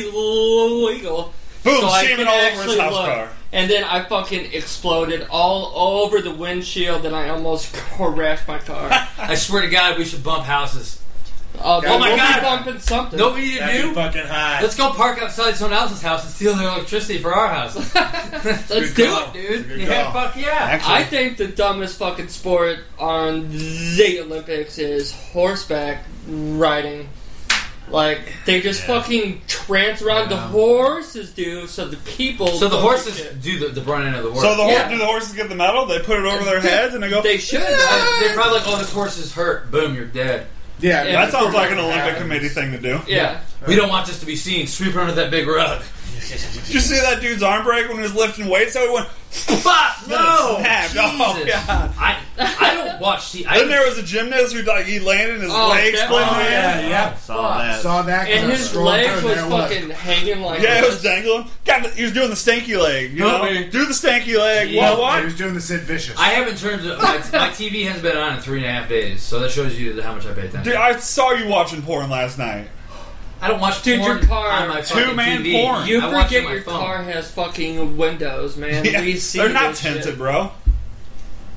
le- legal. Boom, I semen could all over his actually house look. car. And then I fucking exploded all over the windshield, and I almost (laughs) crashed (laughs) my car. I swear to God, we should bump houses. Uh, Oh my we'll be God. bumping something. Know what we need to That'd be do? fucking hot. Let's go park outside someone else's house and steal their electricity for our house. Let's Good do call. it, dude. Good yeah, call. fuck yeah. Actually, I think the dumbest fucking sport on the Olympics is horseback riding. Like they just fucking trance around the horses, dude. So the people. So the don't horses get- do the, the brunt end of the work. So the Yeah. horse, do the horses get the medal? They put it over their They- heads and they go. They should. Uh, uh, they're probably like, oh, this horse is hurt. Boom, you're dead. Yeah. Yeah. that sounds like an Yeah. Olympic committee thing to do. yeah. We don't want this to be seen. Sweep her under that big rug. Did you see that dude's arm break when he was lifting weights? So he went. (laughs) Fuck no. Snapped. (laughs) Oh, Jesus. God. I I don't watch. See, I Then there was a gymnast who like he landed and his Oh, leg that- split in oh, half. yeah, yeah. saw that. Saw that. And coming. his Scroll leg through was there, look. fucking hanging like Yeah, it was this. dangling. God, he was doing the stanky leg. You Help know, me. do the stanky leg. Yeah. What? He What? was doing the Sid Vicious. I haven't turned. to- My, my TV has been on in three and a half days, so that shows you how much I pay attention. Dude, I saw you watching porn last night. I don't watch Dude, porn your car- on my fucking Two-man TV. porn. You I watch it forget on my your phone. car has fucking windows, (laughs) man. Yeah, We see they're not this shit. tinted, bro.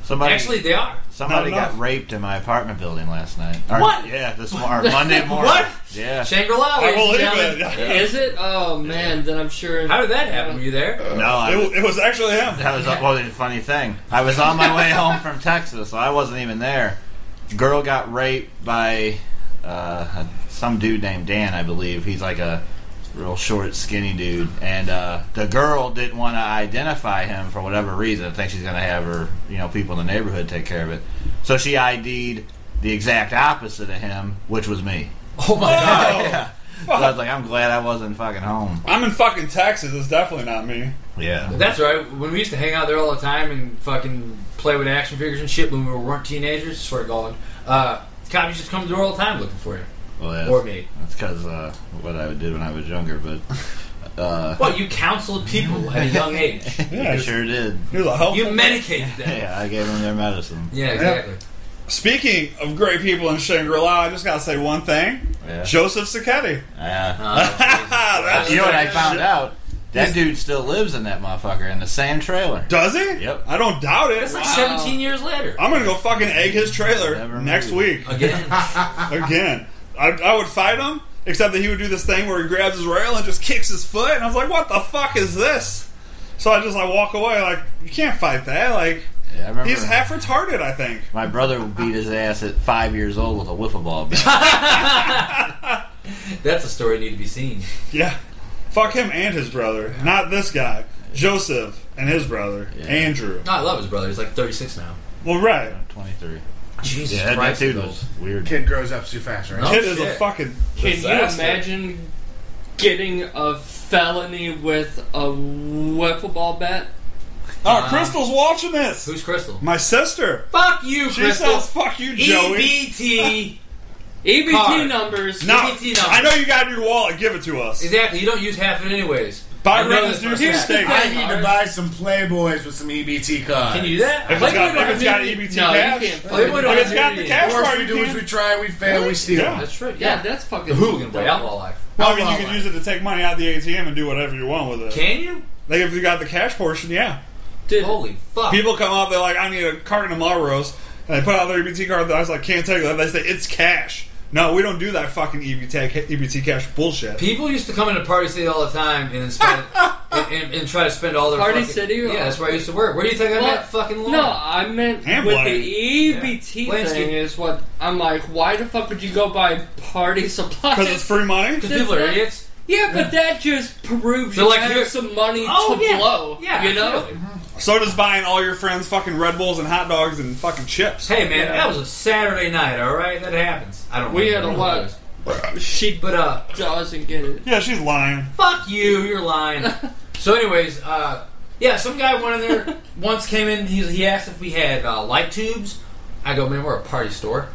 somebody Actually, they are. somebody Not enough. got raped in my apartment building last night. Or- What? Yeah, this mo- or (laughs) Monday morning. What? Yeah. Shangri La. I believe gentlemen. it. Is it? Oh man, then I'm sure. How did that happen? Were you there? No, I, It, it was actually (laughs) him. That was well, the funny thing. I was on my way home from Texas, so I wasn't even there. Girl got raped by uh, some dude named Dan, I believe. He's like a real short, skinny dude, and uh, the girl didn't want to identify him for whatever reason. I think she's going to have her, you know, people in the neighborhood take care of it. So she ID'd the exact opposite of him, which was me. Oh my god. Oh, So I was like, I'm glad I wasn't fucking home. I'm in fucking Texas. It's definitely not me. Yeah. That's right. When we used to hang out there all the time and fucking play with action figures and shit when we weren't teenagers, swear to God, uh, cops used to come to the door all the time looking for you Well, that's, or me. That's because uh, what I did when I was younger, but (laughs) uh, Well, you counseled people (laughs) at a young age. Yeah, I it's- sure did. He was a helpful. You medicated (laughs) them. Yeah, I gave them their medicine. Yeah, exactly. Speaking of great people in Shangri La, I just gotta say one thing: Yeah. Joseph Sacchetti. Yeah. Uh, (laughs) That's you know what I found shit. out? That dude still lives in that motherfucker in the same trailer. Does he? Yep. I don't doubt it. that's like 17 years later. I'm gonna go fucking egg his trailer Never next (laughs) week moved. Again. again. I, I would fight him Except that he would do this thing where he grabs his rail and just kicks his foot, and I was like, "What the fuck is this?" So I just like walk away, like you can't fight that. Like Yeah, I remember he's half retarded, I think. my brother beat his ass at five years old with a wiffle ball bat. That's a story need to be seen. Yeah, fuck him and his brother, not this guy, Joseph and his brother Andrew. No, I love his brother. He's like 36 now. Well, right, (laughs) Twenty three. Jesus Yeah, that Christ. dude was weird. Kid grows up too fast, right? No. kid is a shit. fucking Can disaster. you imagine getting a felony with a wiffle ball bat? Oh, Crystal's watching this. Who's Crystal? My sister. Fuck you, She Crystal. E says, "Fuck you, Joey." (laughs) EBT. EBT Car. E numbers. No, EBT number. I know you got your wallet. Give it to us. exactly. You don't use half of it anyways. Buy I know Ren this do for a some fact. steak. I need to buy some Playboys with some EBT cards. Can you do that? If it's got, if it's got E E EBT No, you cash, can't. Playboy fucking- don't if it's got the cash Worst card, we you do is we can. try, we fail, we steal. Yeah. That's true. Yeah. Yeah, that's fucking. The hooligan way. Outlaw life. I mean, Outlaw you could line. use it to take money out of the ATM and do whatever you want with it. Can you? Like if you got the cash portion, yeah. Dude, Holy fuck. People come up, they're like, "I need a carton of Marlboros," and they put out their EBT card. I was like, "Can't take that." They say it's cash. No, we don't do that fucking E EBT ca- EBT cash bullshit. People used to come into Party City all the time and (laughs) spend and, and, and try to spend all their Party fucking- City? Yeah, that's where I used to work. Where do you think I What? met fucking law? No, I meant Hand with wire. the EBT Yeah. Lansky. thing is what I'm like. Why the fuck would you go buy party (laughs) supplies? Because it's free money. because people are that- idiots. yeah, but that just proves They're you like, you're- have some money to Oh, yeah, blow. yeah, you know. clearly. So does buying all your friends fucking Red Bulls and hot dogs and fucking chips. Hey man, that was a Saturday night. All right, that happens. I don't. We had remember a what it lot. was. She (laughs) but uh, doesn't get it. Yeah, she's lying. fuck you, you're (laughs) lying. so, anyways, uh, yeah, some guy went in (laughs) there once came in. He, he asked if we had uh, light tubes. I go, man, we're a party store.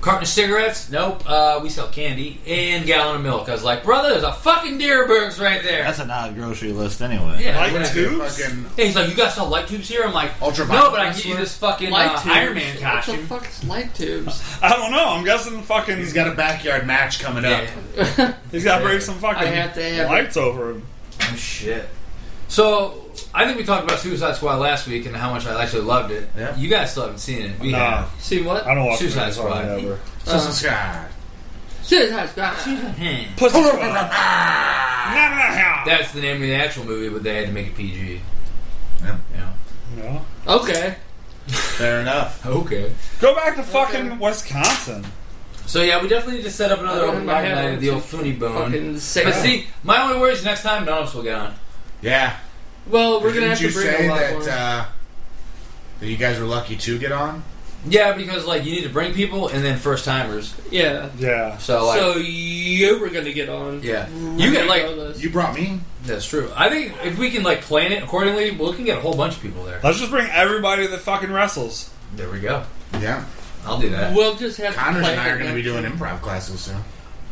Carton of cigarettes? Nope. Uh, we sell candy and gallon of milk. I was like, brother, there's a fucking Deerbergs right there. That's an odd grocery list anyway. yeah, Like whatever. tubes? Fucking Yeah, he's like, you guys sell light tubes here? I'm like, Ultraviolet no, but I can get you wrestler? this fucking Light uh, tubes. Iron Man What the costume. fuck is light tubes? I don't know. I'm guessing fucking He's got a backyard match coming up. Yeah. he's got to break some fucking I have to have lights over him. Oh, shit. So, I think we talked about Suicide Squad last week and how much I actually loved it. Yeah. You guys still haven't seen it. We Nah, have. See what? I don't watch Suicide movies Squad. hardly ever. Suicide Squad. Shit has got. Hmm. Pussy Squad. Nah, nah, (laughs) nah. That's the name of the actual movie, but they had to make it PG. Yeah. Yeah. No. Okay. Fair enough. Okay. Go back to fucking Wisconsin. So yeah, we definitely need to set up another I open don't have mic night at the old Funny Bone. Fucking say- But see, my only worry is next time none of us will get on. Yeah. well, we're gonna Didn't have to you bring say a lot that more. uh, that you guys were lucky to get on? Yeah, because like you need to bring people and then first timers. yeah. Yeah. So like so you were gonna get on. yeah, you get like Regardless. You brought me. that's true. I think if we can like plan it accordingly, we can get a whole bunch of people there. Let's just bring everybody that fucking wrestles. There we go. Yeah. I'll do that. We'll just have Connors to play and I are going to be it. doing improv classes soon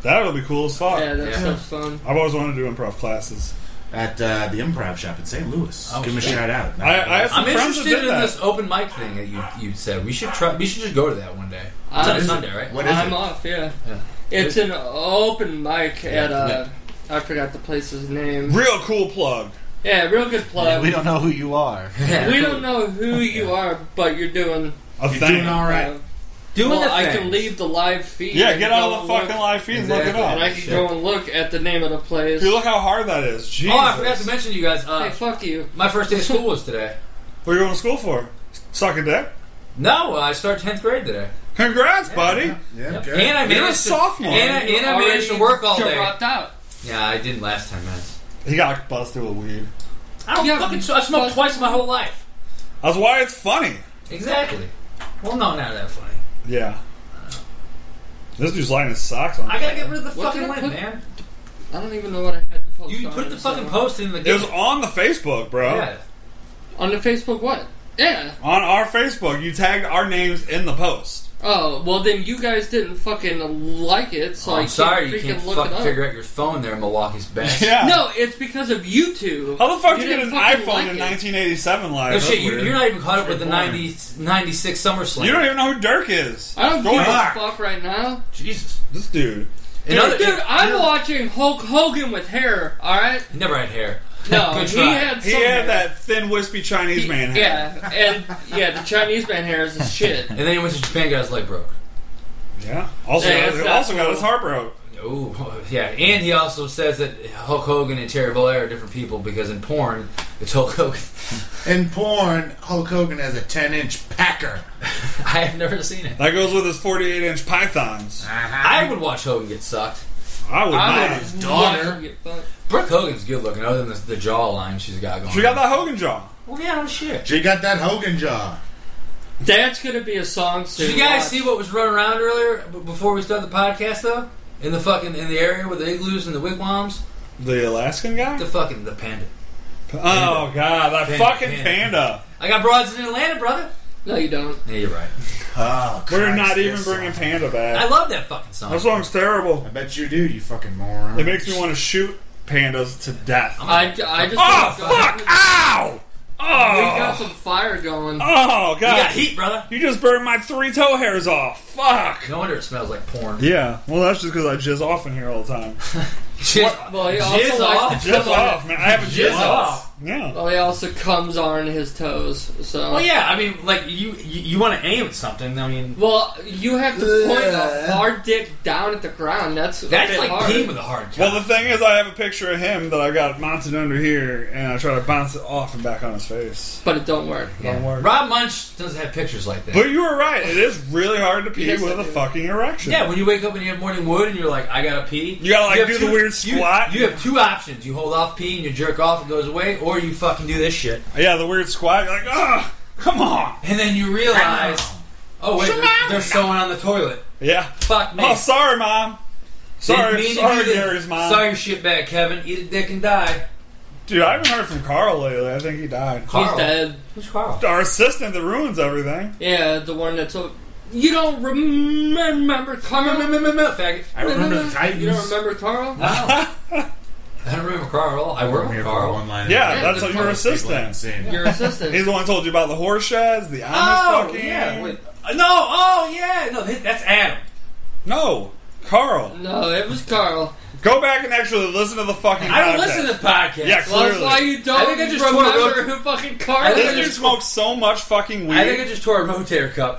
That'll be cool as fuck. Yeah, that Yeah. sounds fun. I've always wanted to do improv classes. At uh, the improv shop in St. Louis. Oh, Give him a shit. shout out. I, I have some I'm friends that interested did in that. this open mic thing that you you said. We should try. We should just go to that one day. It's Uh, on is it- Sunday, right? What is I'm it? off. Yeah. Yeah. It's an open mic at yeah. uh, I forgot the place's name. Real cool plug. Yeah, real good plug. We don't know who (laughs) you are. We don't know who you are, but you're doing. A You're thing. doing all right. Uh, Doing well, the I things. can leave the live feed. Yeah, and get go out of and the look, fucking live feed and look it Exactly. up. And I can Shit. go and look at the name of the place. Dude, look how hard that is. Jesus. Oh, I forgot to mention to you guys. Uh, Hey, fuck you. My first day of school was today. What are you going to school for? Sucking dick? No, I start tenth grade today, Congrats, buddy. Yeah. Yep. good. and I You're a managed sophomore. To, and, I- and I Already managed to work all day. dropped out. Yeah, I didn't last time, man. He got busted with weed. I don't Yeah, fucking. I smoked but- twice in my whole life. That's why it's funny. Exactly. Well, no, not that funny. Yeah. This dude's lining his socks on. I gotta get rid of the What fucking did I lint, put- man. I don't even know what I had to post. You on put it, the fucking so- post in the It was on the Facebook, bro. Yeah. on the Facebook. What? Yeah. On our Facebook, you tagged our names in the post. Oh well, then you guys didn't fucking like it, so I Oh, I'm can't sorry you freaking can't look it fucking up. figure out your phone there, Milwaukee's best. (laughs) Yeah. No, it's because of you two. How the fuck did you get didn't an iPhone fucking like in it. 1987 live? No That's shit, you, weird. you're not even caught up with the You're 90, 96 SummerSlam. You don't even know who Dirk is. I don't Go give back. a fuck right now. Jesus. This dude. Another- Dude, I'm Yeah. watching Hulk Hogan with hair. All (laughs) right. He never had hair. (laughs) No, Good he try. had He some hair. had that thin, wispy Chinese man hair. Yeah, and yeah, the Chinese man hair is a shit. (laughs) And then he went to Japan, got his leg broke. Yeah. Also, Yeah, got, that's also not got cool. his heart broke. Oh yeah, and he also says that Hulk Hogan and Terry Bollea are different people because in porn it's Hulk Hogan. (laughs) In porn, Hulk Hogan has a 10 inch packer. I have never seen it. That goes with his 48 inch pythons. I would watch Hogan get sucked. I would I not. would daughter. Watch him get fucked. Brooke Hogan's good looking, other than the, the jawline she's got going. She got that Hogan jaw. Well, yeah, no shit. She got that Hogan jaw. That's gonna be a song soon. Did you guys Watch. see what was running around earlier b- before we started the podcast though? In the fucking in the area with the igloos and the wigwams, The Alaskan guy? the fucking the panda. Oh, God. That Panda, fucking panda. panda. I got broads in Atlanta, brother. No, you don't. Yeah, you're right. Oh, We're Christ, not even this bringing song. panda back. I love that fucking song. That song's terrible. I bet you do, you fucking moron. It makes me want to shoot pandas to death. I, I just Oh, we fuck! Ow! got Oh! some fire going. Oh, You got God. heat, brother. You just burned my three toe hairs off. Fuck! No wonder it smells like porn. Yeah, well, that's just because I jizz off in here all the time. Jizz, Well, he also jizz likes off. to Jizz come on- off, man. I have a jizz, Jizz off. off. Yeah. Well, he also comes on his toes. So. Well, Oh, yeah. I mean, like you, you, you want to aim at something. I mean, Well, you have to point Ugh. a hard dick down at the ground. That's a that's bit like hard. peeing with a hard Well, cock. the thing is, I have a picture of him that I got mounted under here, and I try to bounce it off and back on his face. but it don't work. Don't work. Rob Munch doesn't have pictures like that. But you were right. It is really hard to pee Yes, with I a do. fucking erection. yeah, when you wake up and you have morning wood and you're like, I gotta pee. You gotta, like, have do the weird squat. You, you have two options: you hold off pee and you jerk off, it goes away, or you fucking do this shit, Yeah, the weird squat. You're like, ah, come on. and then you realize, oh wait, there's, there's someone on the toilet. Yeah. Fuck me. Oh, sorry, mom. Didn't mean Sorry, to sorry, do this. Gary's mom. Sorry, shit bag, Kevin. Eat a dick and die. Dude, I haven't heard from Carl lately. I think he died. Carl. He's dead. Who's Carl? Our assistant that ruins everything. Yeah, the one that's. o- You don't remember Carl? Faggot. I remember the You don't Titans. remember Carl? No. (laughs) I don't remember Carl at all. I work Here with for Carl. one line. Yeah, that's that's what your fine. People haven't assistant. seen. Your assistant. He's the one who told you about the horse sheds, the Amish Oh, fucking. yeah. wait. Uh, No, oh, yeah. No, th- that's Adam. No, Carl, no, it was Carl. go back and actually listen to the fucking. I don't podcast. listen to podcasts. Yeah, Well, that's Clearly. why you don't I think I just remember tore- who fucking I think I Carl This dude is. just- smokes so much fucking weed. I think I just tore a rotator cuff.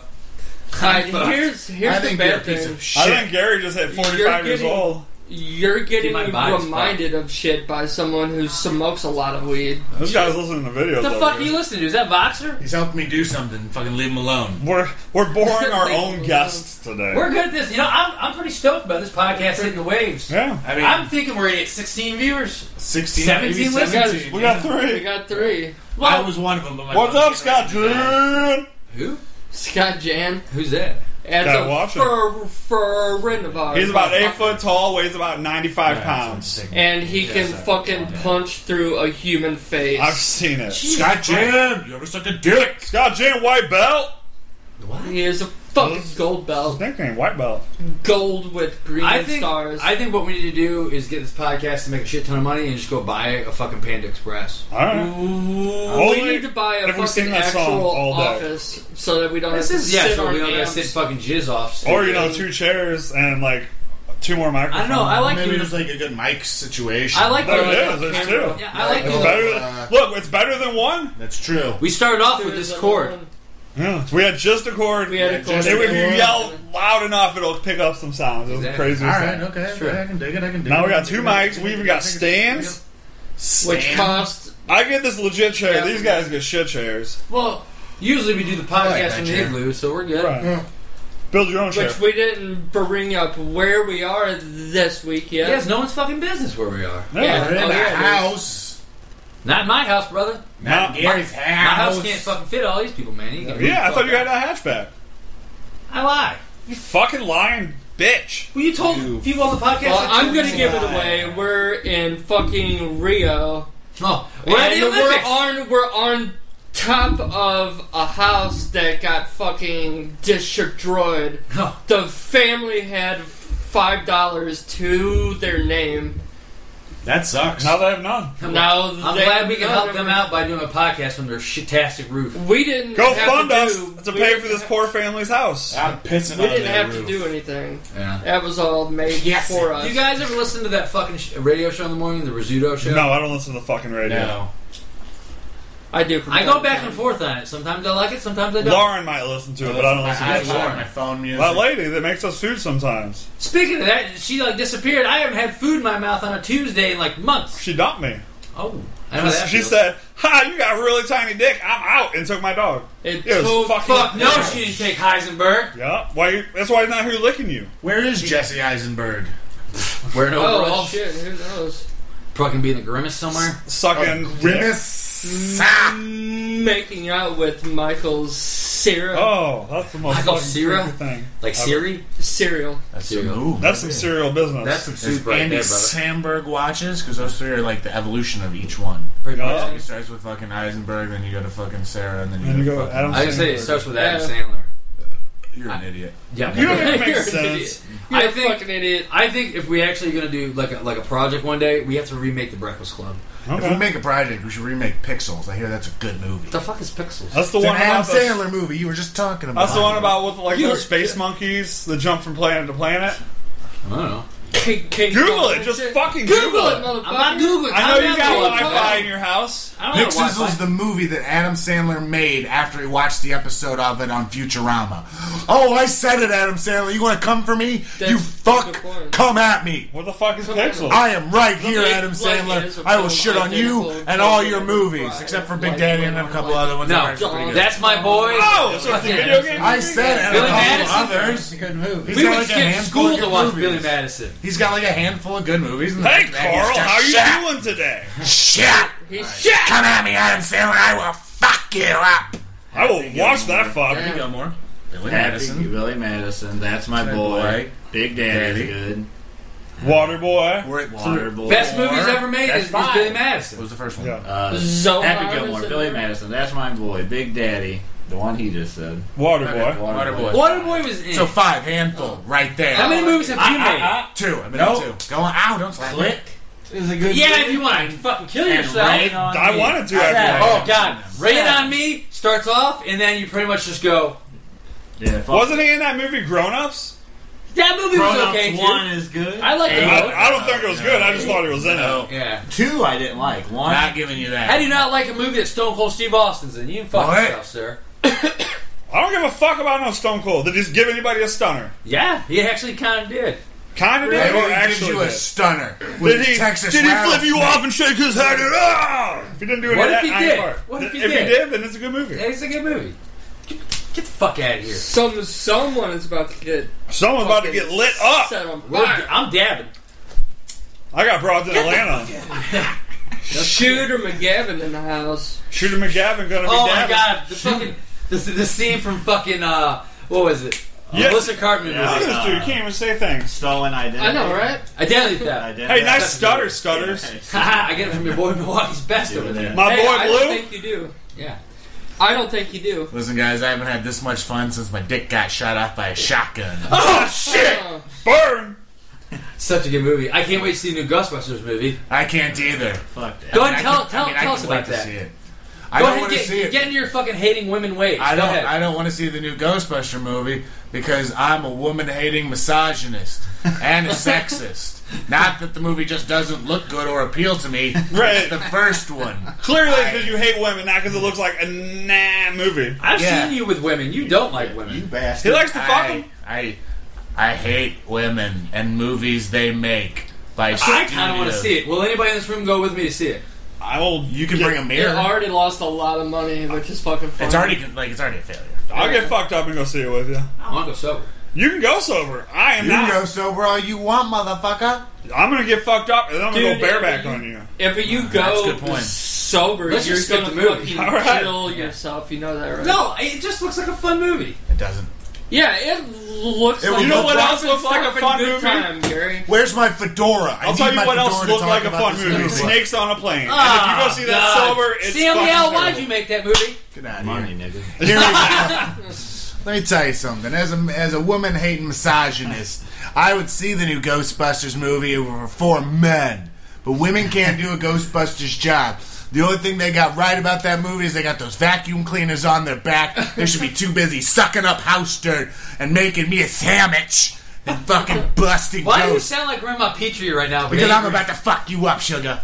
Alright, Fuck. here's here's I the think you're a bad piece thing. of I shit. think Gary just hit 45 You're years getting- old. You're getting my body's reminded of shit by someone who smokes a lot of weed. This guy's listening to What videos. the over fuck are here. you listening to? Is that Voxer? He's helping me do something. Fucking leave him alone. We're we're boring our Like, own guests today. We're good at this. You know, I'm, I'm pretty stoked about this podcast hitting the waves. yeah, I mean, I'm thinking we're at 16 viewers. 16, 17 maybe listeners? 17. we got We three. got three. I was one of them. But my What's up, Scott? June? Who? Scott Jan. Who's that? As Gotta a watch him. fur, fur friend of ours. He's about eight foot tall, weighs about 95 pounds. And he can fucking punch through a human face. I've seen it. Scott Jam, you ever suck a dick? Scott June, white belt. He is a fucking gold belt. Nickname, white belt. Gold with green I think stars. I think what we need to do is get this podcast to make a shit ton of money and just go buy a fucking Panda Express. All right. we Only need to buy a if we sing fucking that song actual all day. office so that we don't This have to is yeah, sit so on we don't gotta amps. sit fucking jizz off. Or you know, two chairs and like two more I microphones. don't know. I like Maybe you. there's like a good mic situation. I like There you. it is. Oh, There's two. Yeah, I like It's you. Better Uh, than, look, it's better than one. That's true. We started off with There's this a- chord. Yeah. We had just a chord. We had a chord. If you Yeah. yell loud enough, it'll pick up some sounds. It was Exactly. crazy. All right, okay, I can dig it. I can dig it. Now we got two mics. We even got stands. which Stand. cost I get this legit chair. Yeah. These guys get shit chairs. Well, usually we do the like podcast that in the chair. igloo, so we're good. Right. Yeah. Build your own chair. which we didn't bring up where we are this week yet. Yes, no one's fucking business where we are. Yeah. We're in Oh, a yeah, it is. house. Not in my house, brother. Not My- Gary's My house. house can't fucking fit all these people, man. You can Yeah, I thought you had a hatchback. I lie. You fucking lying bitch. Well, you told You- people on the podcast. Well, that I'm you- gonna give it away. We're in fucking Rio, Oh, we're at And the we're Olympics. on we're on top of a house that got fucking destroyed. No. The family had five dollars to their name. That sucks. Now they have none. Now I'm glad we can help them out by doing a podcast from their shitastic roof. We didn't Go have fund to us do, to we pay didn't for this ha- poor family's house. I'm pissing We on didn't their have to roof. do anything. Yeah. That was all made Yes. for Do us. you guys ever listen to that fucking sh- radio show in the morning, the Rizzuto show? No, I don't listen to the fucking radio. No. I do. From I time go to back time. and forth on it. Sometimes I like it, sometimes I don't. Lauren might listen to it, but I don't listen I to have it. it on my phone music. That lady that makes us food sometimes. Speaking of that, she like disappeared. I haven't had food in my mouth on a Tuesday in like months. She dumped me. Oh, I know how that She feels. said, "Ha, you got a really tiny dick. I'm out," and took my dog. It It was told- fucking. "Fuck no, she didn't take Heisenberg." Yeah, why? you- That's why he's not here licking you. Where is Jesse Eisenberg? Wearing Oh, overalls, well, shit! Who knows? fucking being the grimace somewhere. Sucking Oh, dick. Grimace. Making out with Michael's Sarah Oh, that's the most Michael fucking Cera? creepy thing. Like Siri? cereal. That's Here some you go. movement. That's some serial business. That's some There's soup right Andy there, brother. Samberg watches because those three are like the evolution of each one. Pretty Yeah. much. It starts with fucking Eisenberg, then you go to fucking Sarah, and then you, and you go, go, to Adam I can say Sandler. it starts with Adam Sandler. You're an idiot. (laughs) Yeah, You don't even make You're an sense. You're I a think- fucking idiot. I think if we actually gonna do like a, like a project one day, we have to remake the Breakfast Club. Okay. If we make a project, we should remake Pixels. I hear that's a good movie. What the fuck is Pixels? That's the It's an one Adam about the, Sandler movie. You were just talking about. That's the one about with like You- the space monkeys that jump from planet to planet. I don't know. King, King Google Kong. it. Just Shit. fucking Google, Google it, it. motherfucker. I'm not googling. I I'm know you not got googling. Wi-Fi in your house. I don't know Pixels Wi-Fi. was the movie that Adam Sandler made after he watched the episode of it on Futurama. Oh, I said it, Adam Sandler. You want to come for me? That's you the fuck, point. come at me. What the fuck is Come on. Pixel? I am right here, Blade Adam Blade is a Sandler. I will film shit on you identical and to all Blade your Runner. movies, except for Big Blade Daddy and a Runner, couple Blade other ones. that are actually pretty No, good. that's my boy. Oh, so it's a video game. I said and Billy a couple Madison? others. Good movie. He's We got would like a skip handful school of to good watch movies. Billy Madison. He's got like a handful of good movies. And Hey, the Big Daddy is Carl, just how are you shit. doing today? Shit! He's Shit! Come at me, Adam Sandler. I will fuck you up. I will watch that fuck. There you go, more. Billy Happy Madison. Billy Madison. That's my That boy. boy. Big Daddy's Daddy. good. Waterboy. We're at Water boy. Best movies Four. ever made That's is, is five. Billy What Madison. was the first one? Yeah. Uh, Zohar Happy is Gilmore. in Billy there. Madison. That's my boy. Big Daddy. The one he just said. Waterboy. Waterboy. Waterboy was in. So five handful right there. Ah, How many movies have you made? Two. I mean, Nope. two. Go on. Ow! Don't slap me. Click. Is a good yeah, if you want to fucking kill yourself. I wanted to. Yeah. After Oh God! Rain on me starts off, and then you pretty much just go. Yeah, fuck. Wasn't he in that movie Grown Ups? That movie Grown was Ups okay too. one is good. I like the I, movie. I don't think it was good. I just thought he was in it. No. Yeah, two I didn't like. One Not giving you that. I do not like a movie that Stone Cold Steve Austin's in. You can fuck What? yourself, sir. I don't give a fuck about no Stone Cold. They just give anybody a stunner. Yeah, he actually kind of did. Kind of They did, or didn't give actually you a did. stunner with Did he, Texas did he flip you rattlesnake. off and shake his head? And, ah! If he didn't do any What of if that, he I ain't did? part. What if he If did? he did, then it's a good movie. It's a good movie. Get, get the fuck out of here. Some someone is about to get Someone's about to get lit up. set on We're- fire. I'm dabbing. I got brought to Atlanta. Shooter McGavin in the house. Shooter McGavin gonna be Oh my dabbing. god! The fucking the, the scene from fucking uh, what was it? Yes. Melissa Cartman Yeah. Look movie. at this dude. You can't even say things. stolen identity. I know, right? Identity theft. (laughs) Identity. Hey, nice (laughs) stutter, stutters. Haha, I get it from your boy Milwaukee's best Doing over that. there. My Hey, I boy don't Blue. think you do. Yeah. I don't think you do. Listen, guys, I haven't had this much fun since my dick got shot off by a shotgun. (laughs) Oh shit! Uh, Burn. Such a good movie. I can't wait to see the new Ghostbusters movie. I can't either. Fuck that. Go I ahead and tell, can- tell, I mean, I tell can us wait about to that. see it. I Go ahead don't and want to get, see it. get into your fucking hating women ways. I Go don't. ahead. I don't want to see the new Ghostbuster movie because I'm a woman-hating misogynist and a sexist. Not that the movie just doesn't look good or appeal to me. Right. It's the first one. Clearly, because you hate women, not because it looks like a nah movie. I've Yeah. seen you with women. You don't like You women. He bastard. likes to fuck I, him. I, I hate women and movies they make by. I kind of want to see it. Will anybody in this room go with me to see it? I will. You can get- bring a They mirror. already lost a lot of money, which is fucking funny. it's already like it's already a failure. I'll get fucked up and go see it with you. I want to go sober. You can go sober. I am You can not. go sober all you want, motherfucker. I'm gonna get fucked up, and then I'm gonna Dude, go bareback you- on you. If you That's a go good point. sober, Let's you're just skip gonna the movie. fucking All right. kill yourself. You know that, right? No, it just looks like a fun movie. It doesn't. Yeah, it looks. It- like you know what else Robin's looks like a having fun good movie? Time, Gary. Where's my fedora? I I'll need tell you my what else fedora to looked talk like a about fun this movie: Snakes on a Plane. and if you go see that God. sober, it's Samuel, why'd fucking terrible. you make that movie? Get out of here. Money, nigga. Here we go. (laughs) Let me tell you something. As a as a woman hating misogynist, I would see the new Ghostbusters movie over for men. But women can't do a Ghostbusters job. The only thing they got right about that movie is they got those vacuum cleaners on their back. They should be too busy sucking up house dirt and making me a sandwich. and fucking busting Why do you ghosts. sound like Grandma Petrie right now? Because I'm babe? about to fuck you up, sugar.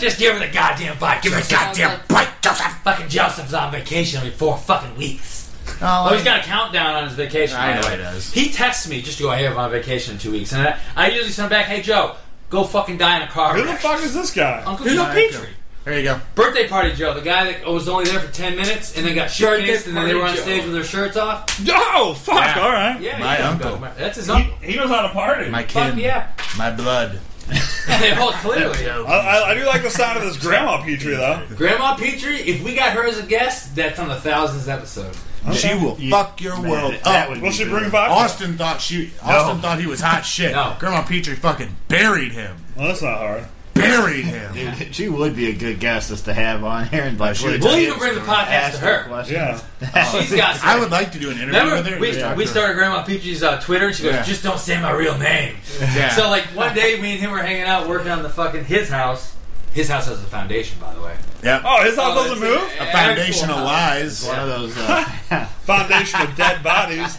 just give her the goddamn bike. Give me a Joseph. goddamn bite, Joseph. Fucking Joseph's on vacation every four fucking weeks. Oh, he's Oh, got a countdown on his vacation. I by the know way. he does. He texts me just to go, hey, I'm on vacation in two weeks. And I, I usually send back, hey, Joe, go fucking die in a car. Who the wreck." fuck is this guy? Uncle Joe Petrie. there you go. Birthday party Joe, the guy that was only there for 10 minutes and then got shit Birthday faced and then they were on party Joe. stage with their shirts off. Oh, fuck, Yeah. alright. Yeah, My yeah, uncle. Bill. That's his He, uncle. he knows how to party. My Fuck kid. yeah. My blood. well, clearly. I, I, I do like the sound of this Grandma Petrie, though. Grandma Petrie, if we got her as a guest, that's on the thousands episode. She will fuck your world that up. would Will she bring vodka? Austin thought she. Austin thought he was hot shit. No. Grandma Petrie fucking buried him. Well, that's not hard. Buried him. Dude, (laughs) she would be a good guest as to have on here and like she would. We'll legit even bring the podcast ask to her her. questions. Oh, Yeah. (laughs) (laughs) She's got I would like to do an interview with her. Remember, we, Yeah. we started Grandma Peachy's uh, Twitter, and she goes, Yeah. "Just don't say my real name." Yeah. So like one day, me and him were hanging out, working on the fucking his house. His house has a foundation, by the way. (laughs) Yep. Oh, his house doesn't it's move? an A foundation actual of house. lies. One (laughs) of those. Uh, (laughs) Foundation of dead bodies.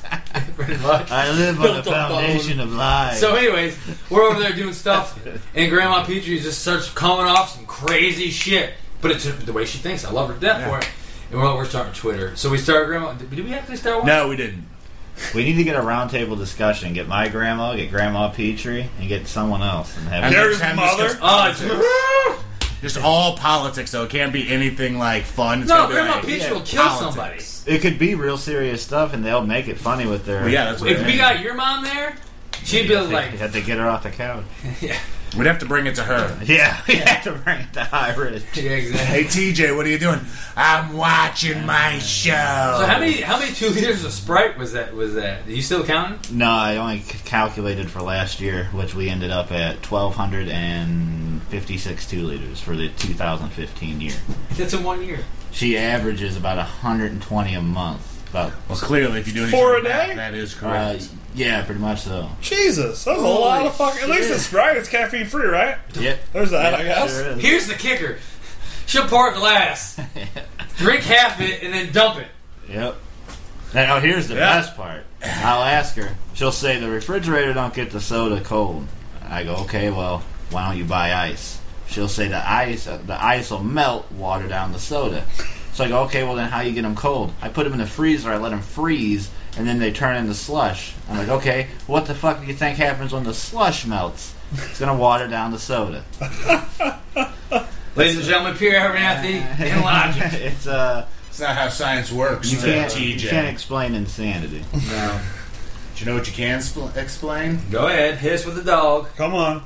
Pretty much. I live on a Built up foundation of lies. So, anyways, we're over there doing stuff, and Grandma Petrie just starts coming off some crazy shit. But it's the way she thinks. I love her to death for it. And we're, we're starting Twitter. So we started Grandma. Did did we actually start one? No, we didn't. we need to get a roundtable discussion. Get my grandma, get Grandma Petrie, and get someone else, and have And There's next time mother. discuss Oh, it's- Just all politics, though. It can't be anything like fun. It's no, gonna be Grandma like, Petrie yeah, will kill politics. somebody. it could be real serious stuff, and they'll make it funny with their. Well, yeah, that's what If I we mean. got your mom there, she'd be You like, had to get her off the couch. We'd have to bring it to her. Yeah, (laughs) we had to bring it to high ridge. Yeah, (laughs) exactly. Hey TJ, what are you doing? I'm watching my show. So how many how many two liters of Sprite was that? Was that? Are you still counting? No, I only c- calculated for last year, which we ended up at 1,256 two liters for the 2015 year. That's in one year. She averages about 120 a month. About Well, clearly, if you do anything Four a like that, day? that is uh, correct. yeah, pretty much (laughs) so. Jesus, that's a Holy lot of fucking. At least shit. it's right. It's caffeine free, right? Yep. There's that, I Yep, guess. sure is. Here's the kicker: she'll pour a glass, drink half it, and then dump it. Yep. Now here's the best part. I'll ask her. She'll say the refrigerator don't get the soda cold. I go, okay, well, why don't you buy ice? She'll say the ice, uh, the ice will melt, water down the soda. So I go, okay, well then how you get them cold? I put them in the freezer. I let them freeze, and then they turn into slush. I'm like, okay, what the fuck do you think happens when the slush melts? It's gonna water down the soda. Ladies and gentlemen, pure abernathy and (laughs) logic. it's uh, That's not how science works. you uh, can't, you TJ. can't explain insanity. Do you know what you can spl- explain? Go ahead, hit us with the dog. Come on.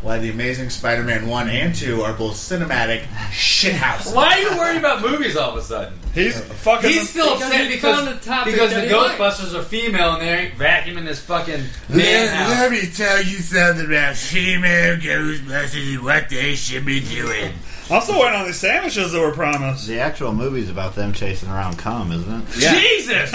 Why the Amazing Spider-Man one and two are both cinematic shithouses. Why are you worried about movies all of a sudden? He's fucking. He's still Because upset he because, found a topic because the that he liked. Ghostbusters are female and they ain't vacuuming this fucking man Let, house. let me tell you something about female Ghostbusters and what they should be doing. I'm still waiting on these sandwiches that were promised. The actual movie's about them chasing around cum, isn't it? Jesus!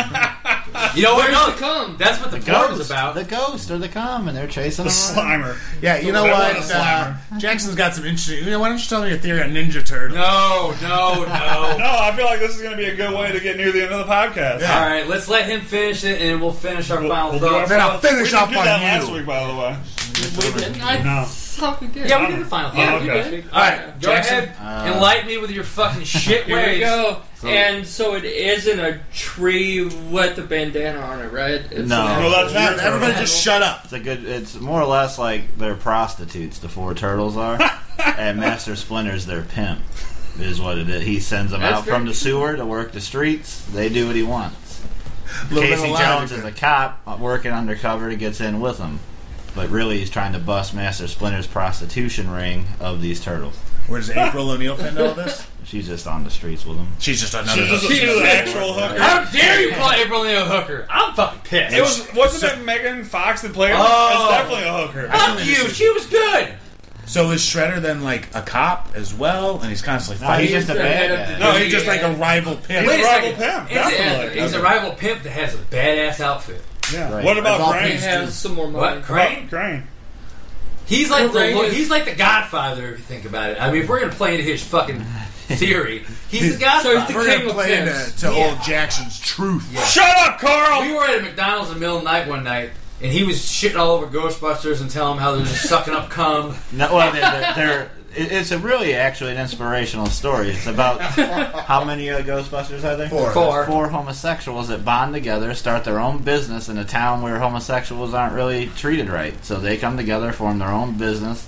you know what? No, Where's the cum? that's what the porn was about. The ghost or the cum, and they're chasing The around. Slimer. Yeah, you know I want what? a Uh, Jackson's got some interesting. You know, why don't you tell me your theory on Ninja Turtle? No, no, no. (laughs) No, I feel like this is going to be a good way to get near the end of the podcast. Yeah. All right, let's let him finish it, and we'll finish our We'll- final we'll do our thoughts. Then I'll final- finish we didn't up do on that you. last week, by the way. We didn't. I No. thought we did. yeah, we did the final Yeah, thought. we okay. did. All right, go Jackson? ahead. Enlighten me with your fucking shit Here we ways. go. and so it isn't a tree with a bandana on it, right? It's No. an Well, that's Yeah, your everybody turn. just shut up. It's a good. It's more or less like they're prostitutes. The four turtles are, and Master Splinter's their pimp. Is what it is. He sends them That's out from the very sewer to work the streets. They do what he wants. Little bit Casey of logic Jones is a cop uh, working undercover to gets in with them, but really he's trying to bust Master Splinter's prostitution ring of these turtles. Where does April O'Neil fit into all this? She's just on the streets with them. She's just another. She's just She's she's an actual hooker. How dare you call April O'Neil a hooker? I'm fucking pissed. It was wasn't it Megan Fox that played her? Oh. It's definitely a (laughs) hooker. Fuck you. She was good. So is Shredder then like a cop as well, and he's constantly No, he's fighting? just a the head bad of guy. the- no, he's just like a rival pimp. Wait. a rival second. pimp, It's a- definitely. he's a rival pimp that has a badass outfit. Yeah. Right. What about Involved He Crane? in- has some more money. What? Crane? Crane? Crane. He's like the Crane lo- is- he's like the Godfather if you think about it. I mean, if we're gonna play into his fucking theory, he's the So he's Godfather. the We're king gonna of play pimps. into to old Jackson's truth. Shut up, Carl. we were at a McDonald's in the middle of the night one night, and he was shitting all over Ghostbusters and telling them how they're just sucking up cum. No, well, they're, they're, it- it's a really actually an inspirational story. It's about how many uh, Ghostbusters are there? Four. Four. Four homosexuals that bond together, start their own business in a town where homosexuals aren't really treated right. So they come together, form their own business,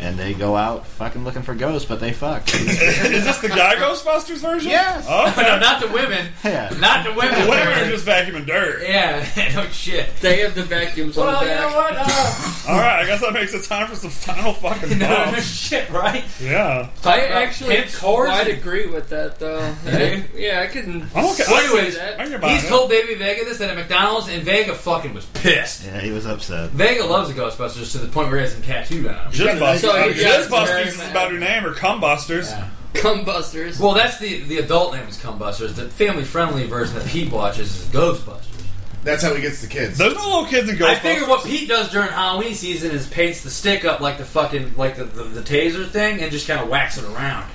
and they go out fucking looking for ghosts, but they fuck. Is this the guy Ghostbusters version? Yes. Oh, (laughs) (laughs) no, not the women. Yeah. Not the women. women are just vacuuming dirt. yeah, (laughs) no shit. They have the vacuums on Well, the you back. know what? Uh, (laughs) All right, I guess that makes it time for some final (laughs) fucking no, bumps. shit, right? Yeah. I about actually pimps, whores, quite and- agree with that, though. Yeah. Yeah, yeah I can. I'm okay. say anyways, that. I can buy He's it. told Baby Vega this at a McDonald's, and Vega fucking was pissed. Yeah, he was upset. Vega loves the Ghostbusters to the point where he has them tattooed on him. Jizzbusters. So, I mean, yeah, it's Jizzbusters very is mad. about her name, or Cumbusters. Cum busters. Well, that's the the adult name is Cumbusters. The family friendly version that Pete watches is Ghostbusters. That's how he gets the kids. There's no little kids in Ghostbusters. I figure what Pete does during Halloween season is paints the stick up like the fucking like the, the, the taser thing and just kind of whacks it around.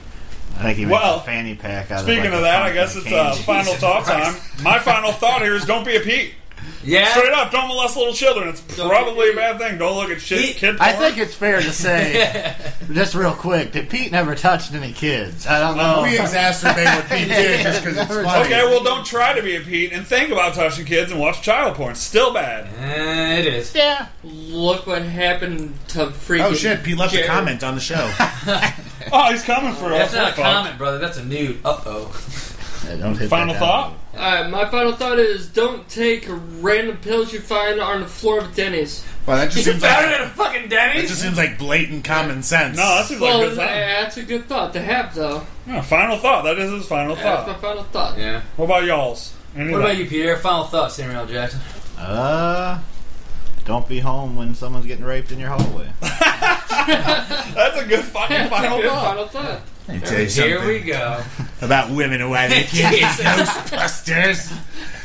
I think he makes Well, a fanny pack out Speaking of like, of a that, I pumpkin guess it's uh, candy. final thought time. Christ. My final thought here is don't be a Pete. Yeah, Straight up, don't molest little children. It's be probably a Pete. bad thing. Don't look at shit, He- kid porn. I think it's fair to say, just real quick, that Pete never touched any kids. I don't know. we exacerbate what he did just because it's (laughs) funny. Okay, well, don't try to be a Pete and think about touching kids and watch child porn. Still bad. Eh, it is. (laughs) yeah. Look what happened to freaking. Oh shit! Pete left Jared. a comment on the (laughs) show. Oh, he's coming for us. That's not a We're fucked. comment, brother. That's a nude. Uh oh. Yeah, don't hit Final that down. thought? Alright, my final thought is don't take random pills you find on the floor of Denny's. Well, that just You seems found it like, at a fucking that Denny's. just seems like blatant common sense. No, that seems like Well, a good time. that's a good thought to have, though. Yeah, final thought. That is his final That's my thought. final thought. Yeah. What about y'all's? Any What of about you, Pierre? Final thought, Samuel L. Jackson. Uh, don't be home when someone's getting raped in your hallway. that? That's a good fucking (laughs) final Good thought. final thought. Let me tell you Here we something go. about women who (laughs) have kids. Ghostbusters.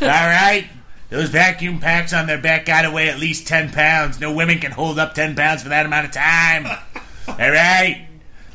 All right. Those vacuum packs on their back gotta weigh at least 10 pounds. No women can hold up 10 pounds for that amount of time. All right.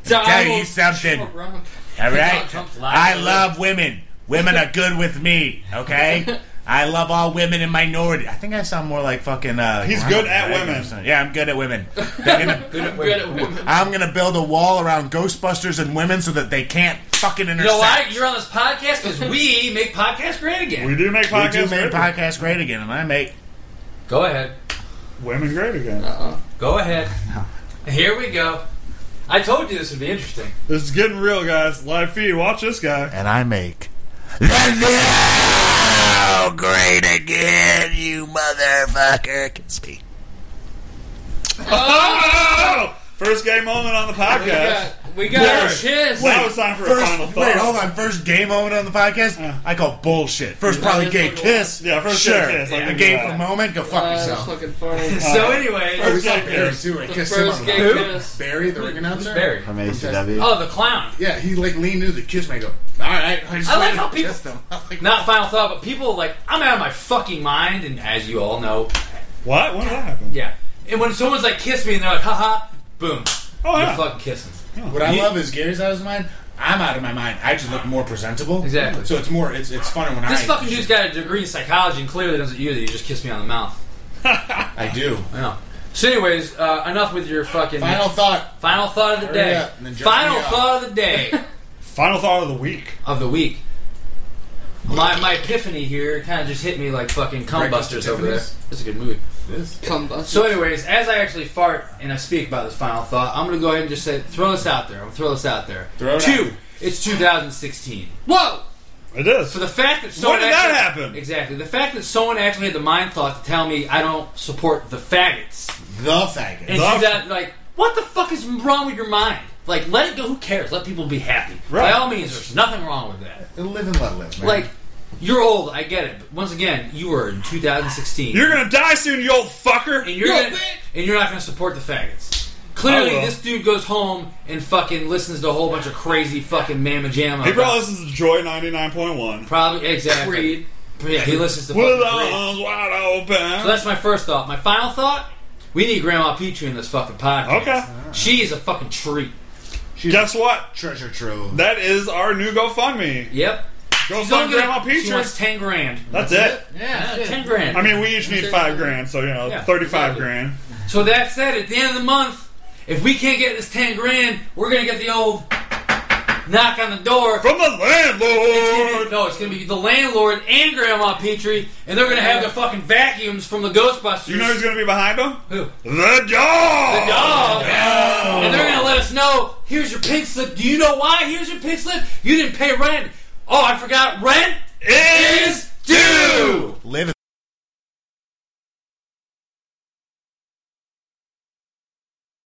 So tell I you will- something. Oh, Ron. All right. Trump's lying. I love women. Women are good with me. Okay. I love all women and minority. I think I sound more like fucking. Uh, He's Ronald good at Reagan or women. something. Yeah, I'm good at women. They're gonna- (laughs) Good at Good at women. I'm gonna build a wall around Ghostbusters and women so that they can't fucking You intersect. know why you're on this podcast? Because we make podcasts great again. We do make We podcasts do make great. podcast great again, and I make Go ahead. women great again. Go ahead. Here we go. I told you this would be interesting. This is getting real, guys. Live feed. Watch this guy. and I make the great again, you motherfucker. Kiss me. Oh! (laughs) First gay moment on the We got, podcast. we got a kiss. Now it's time for a final First, thought. wait, hold on. First gay moment on the podcast, I call bullshit. First, probably gay kiss. Yeah, first sure. gay kiss, I a can do gay that. for moment. Go fuck Uh, that's yourself. fucking (laughs) funny. so anyway, First gay gay kiss. kiss. Who? I The kissed first him on gay the kiss. Barry, the ring announcer. Barry. From ACW. Oh, the clown. Yeah, he like leaned into the kiss me. and Go. All right. I, just I like went and how people- kissed (laughs) him. I'm like, Not final thought, but people like I'm out of my fucking mind, and as you all know, What? When did that happen? yeah. And when someone's like kiss me, and they're like haha, boom, Oh, you're yeah. fucking kissing. What I love is Gary's out of his mind. I'm out of my mind. I just look more presentable. Exactly. So it's more. It's it's funner when I. This fucking dude's got a degree in psychology, and clearly doesn't use it. You just kiss me on the mouth. I do. Yeah. So, anyways, uh, enough with your fucking Final thought. final thought of the Hurry day. up and then jump Final me up. thought of the day. (laughs) Final thought of the week. of the week. My, my epiphany here kind of just hit me like fucking cum Breakfast busters over there. epiphanies? That's a good movie. Cum busters. So, anyways, as I actually fart and I speak about this final thought, I'm gonna go ahead and just say, throw this out there. I'm gonna throw this out there. Throw it Two. It's 2016. Whoa! It is. For the fact that someone did that actually, happen? Exactly. The fact that someone actually had the mind thought to tell me I don't support the faggots. The faggot. And The- do that like, what the fuck is wrong with your mind? Like, let it go. Who cares? Let people be happy. By Right. all means, there's nothing wrong with that. Live and let live. Man. Like, you're old, I get it. But once again, you were in 2016. You're gonna die soon, you old fucker. and you're Yo, gonna, bitch! and you're not going to support the faggots. Clearly, I will. this dude goes home and fucking listens to a whole bunch of crazy fucking mamma jamma. He about- probably listens to Joy 99.1. probably exactly. Creed. Yeah, he listens to With fucking Creed. arms wide So open. that's my first thought. My final thought: we need Grandma Petrie in this fucking podcast. Okay. she is a fucking treat. She's Guess what? treasure trove. That is our new GoFundMe. Yep. Go She's find only gonna- Grandma She Peacher. wants ten grand. That's it. Yeah, Yeah, shit. ten grand. I mean, we each need five grand, so you know, Yeah, thirty-five exactly. grand. so that said, at the end of the month, if we can't get this ten grand, we're gonna get the old knock on the door. From the It's gonna be- landlord. No, it's gonna be the landlord and Grandma Petrie, and they're gonna have the fucking vacuums from the Ghostbusters. You know who's gonna be behind him? Who? The dog. The dog. And they're gonna let us know. Here's your pink slip. Do you know why? Here's your pink slip. You didn't pay rent. Oh, I forgot. Rent Is is due. Live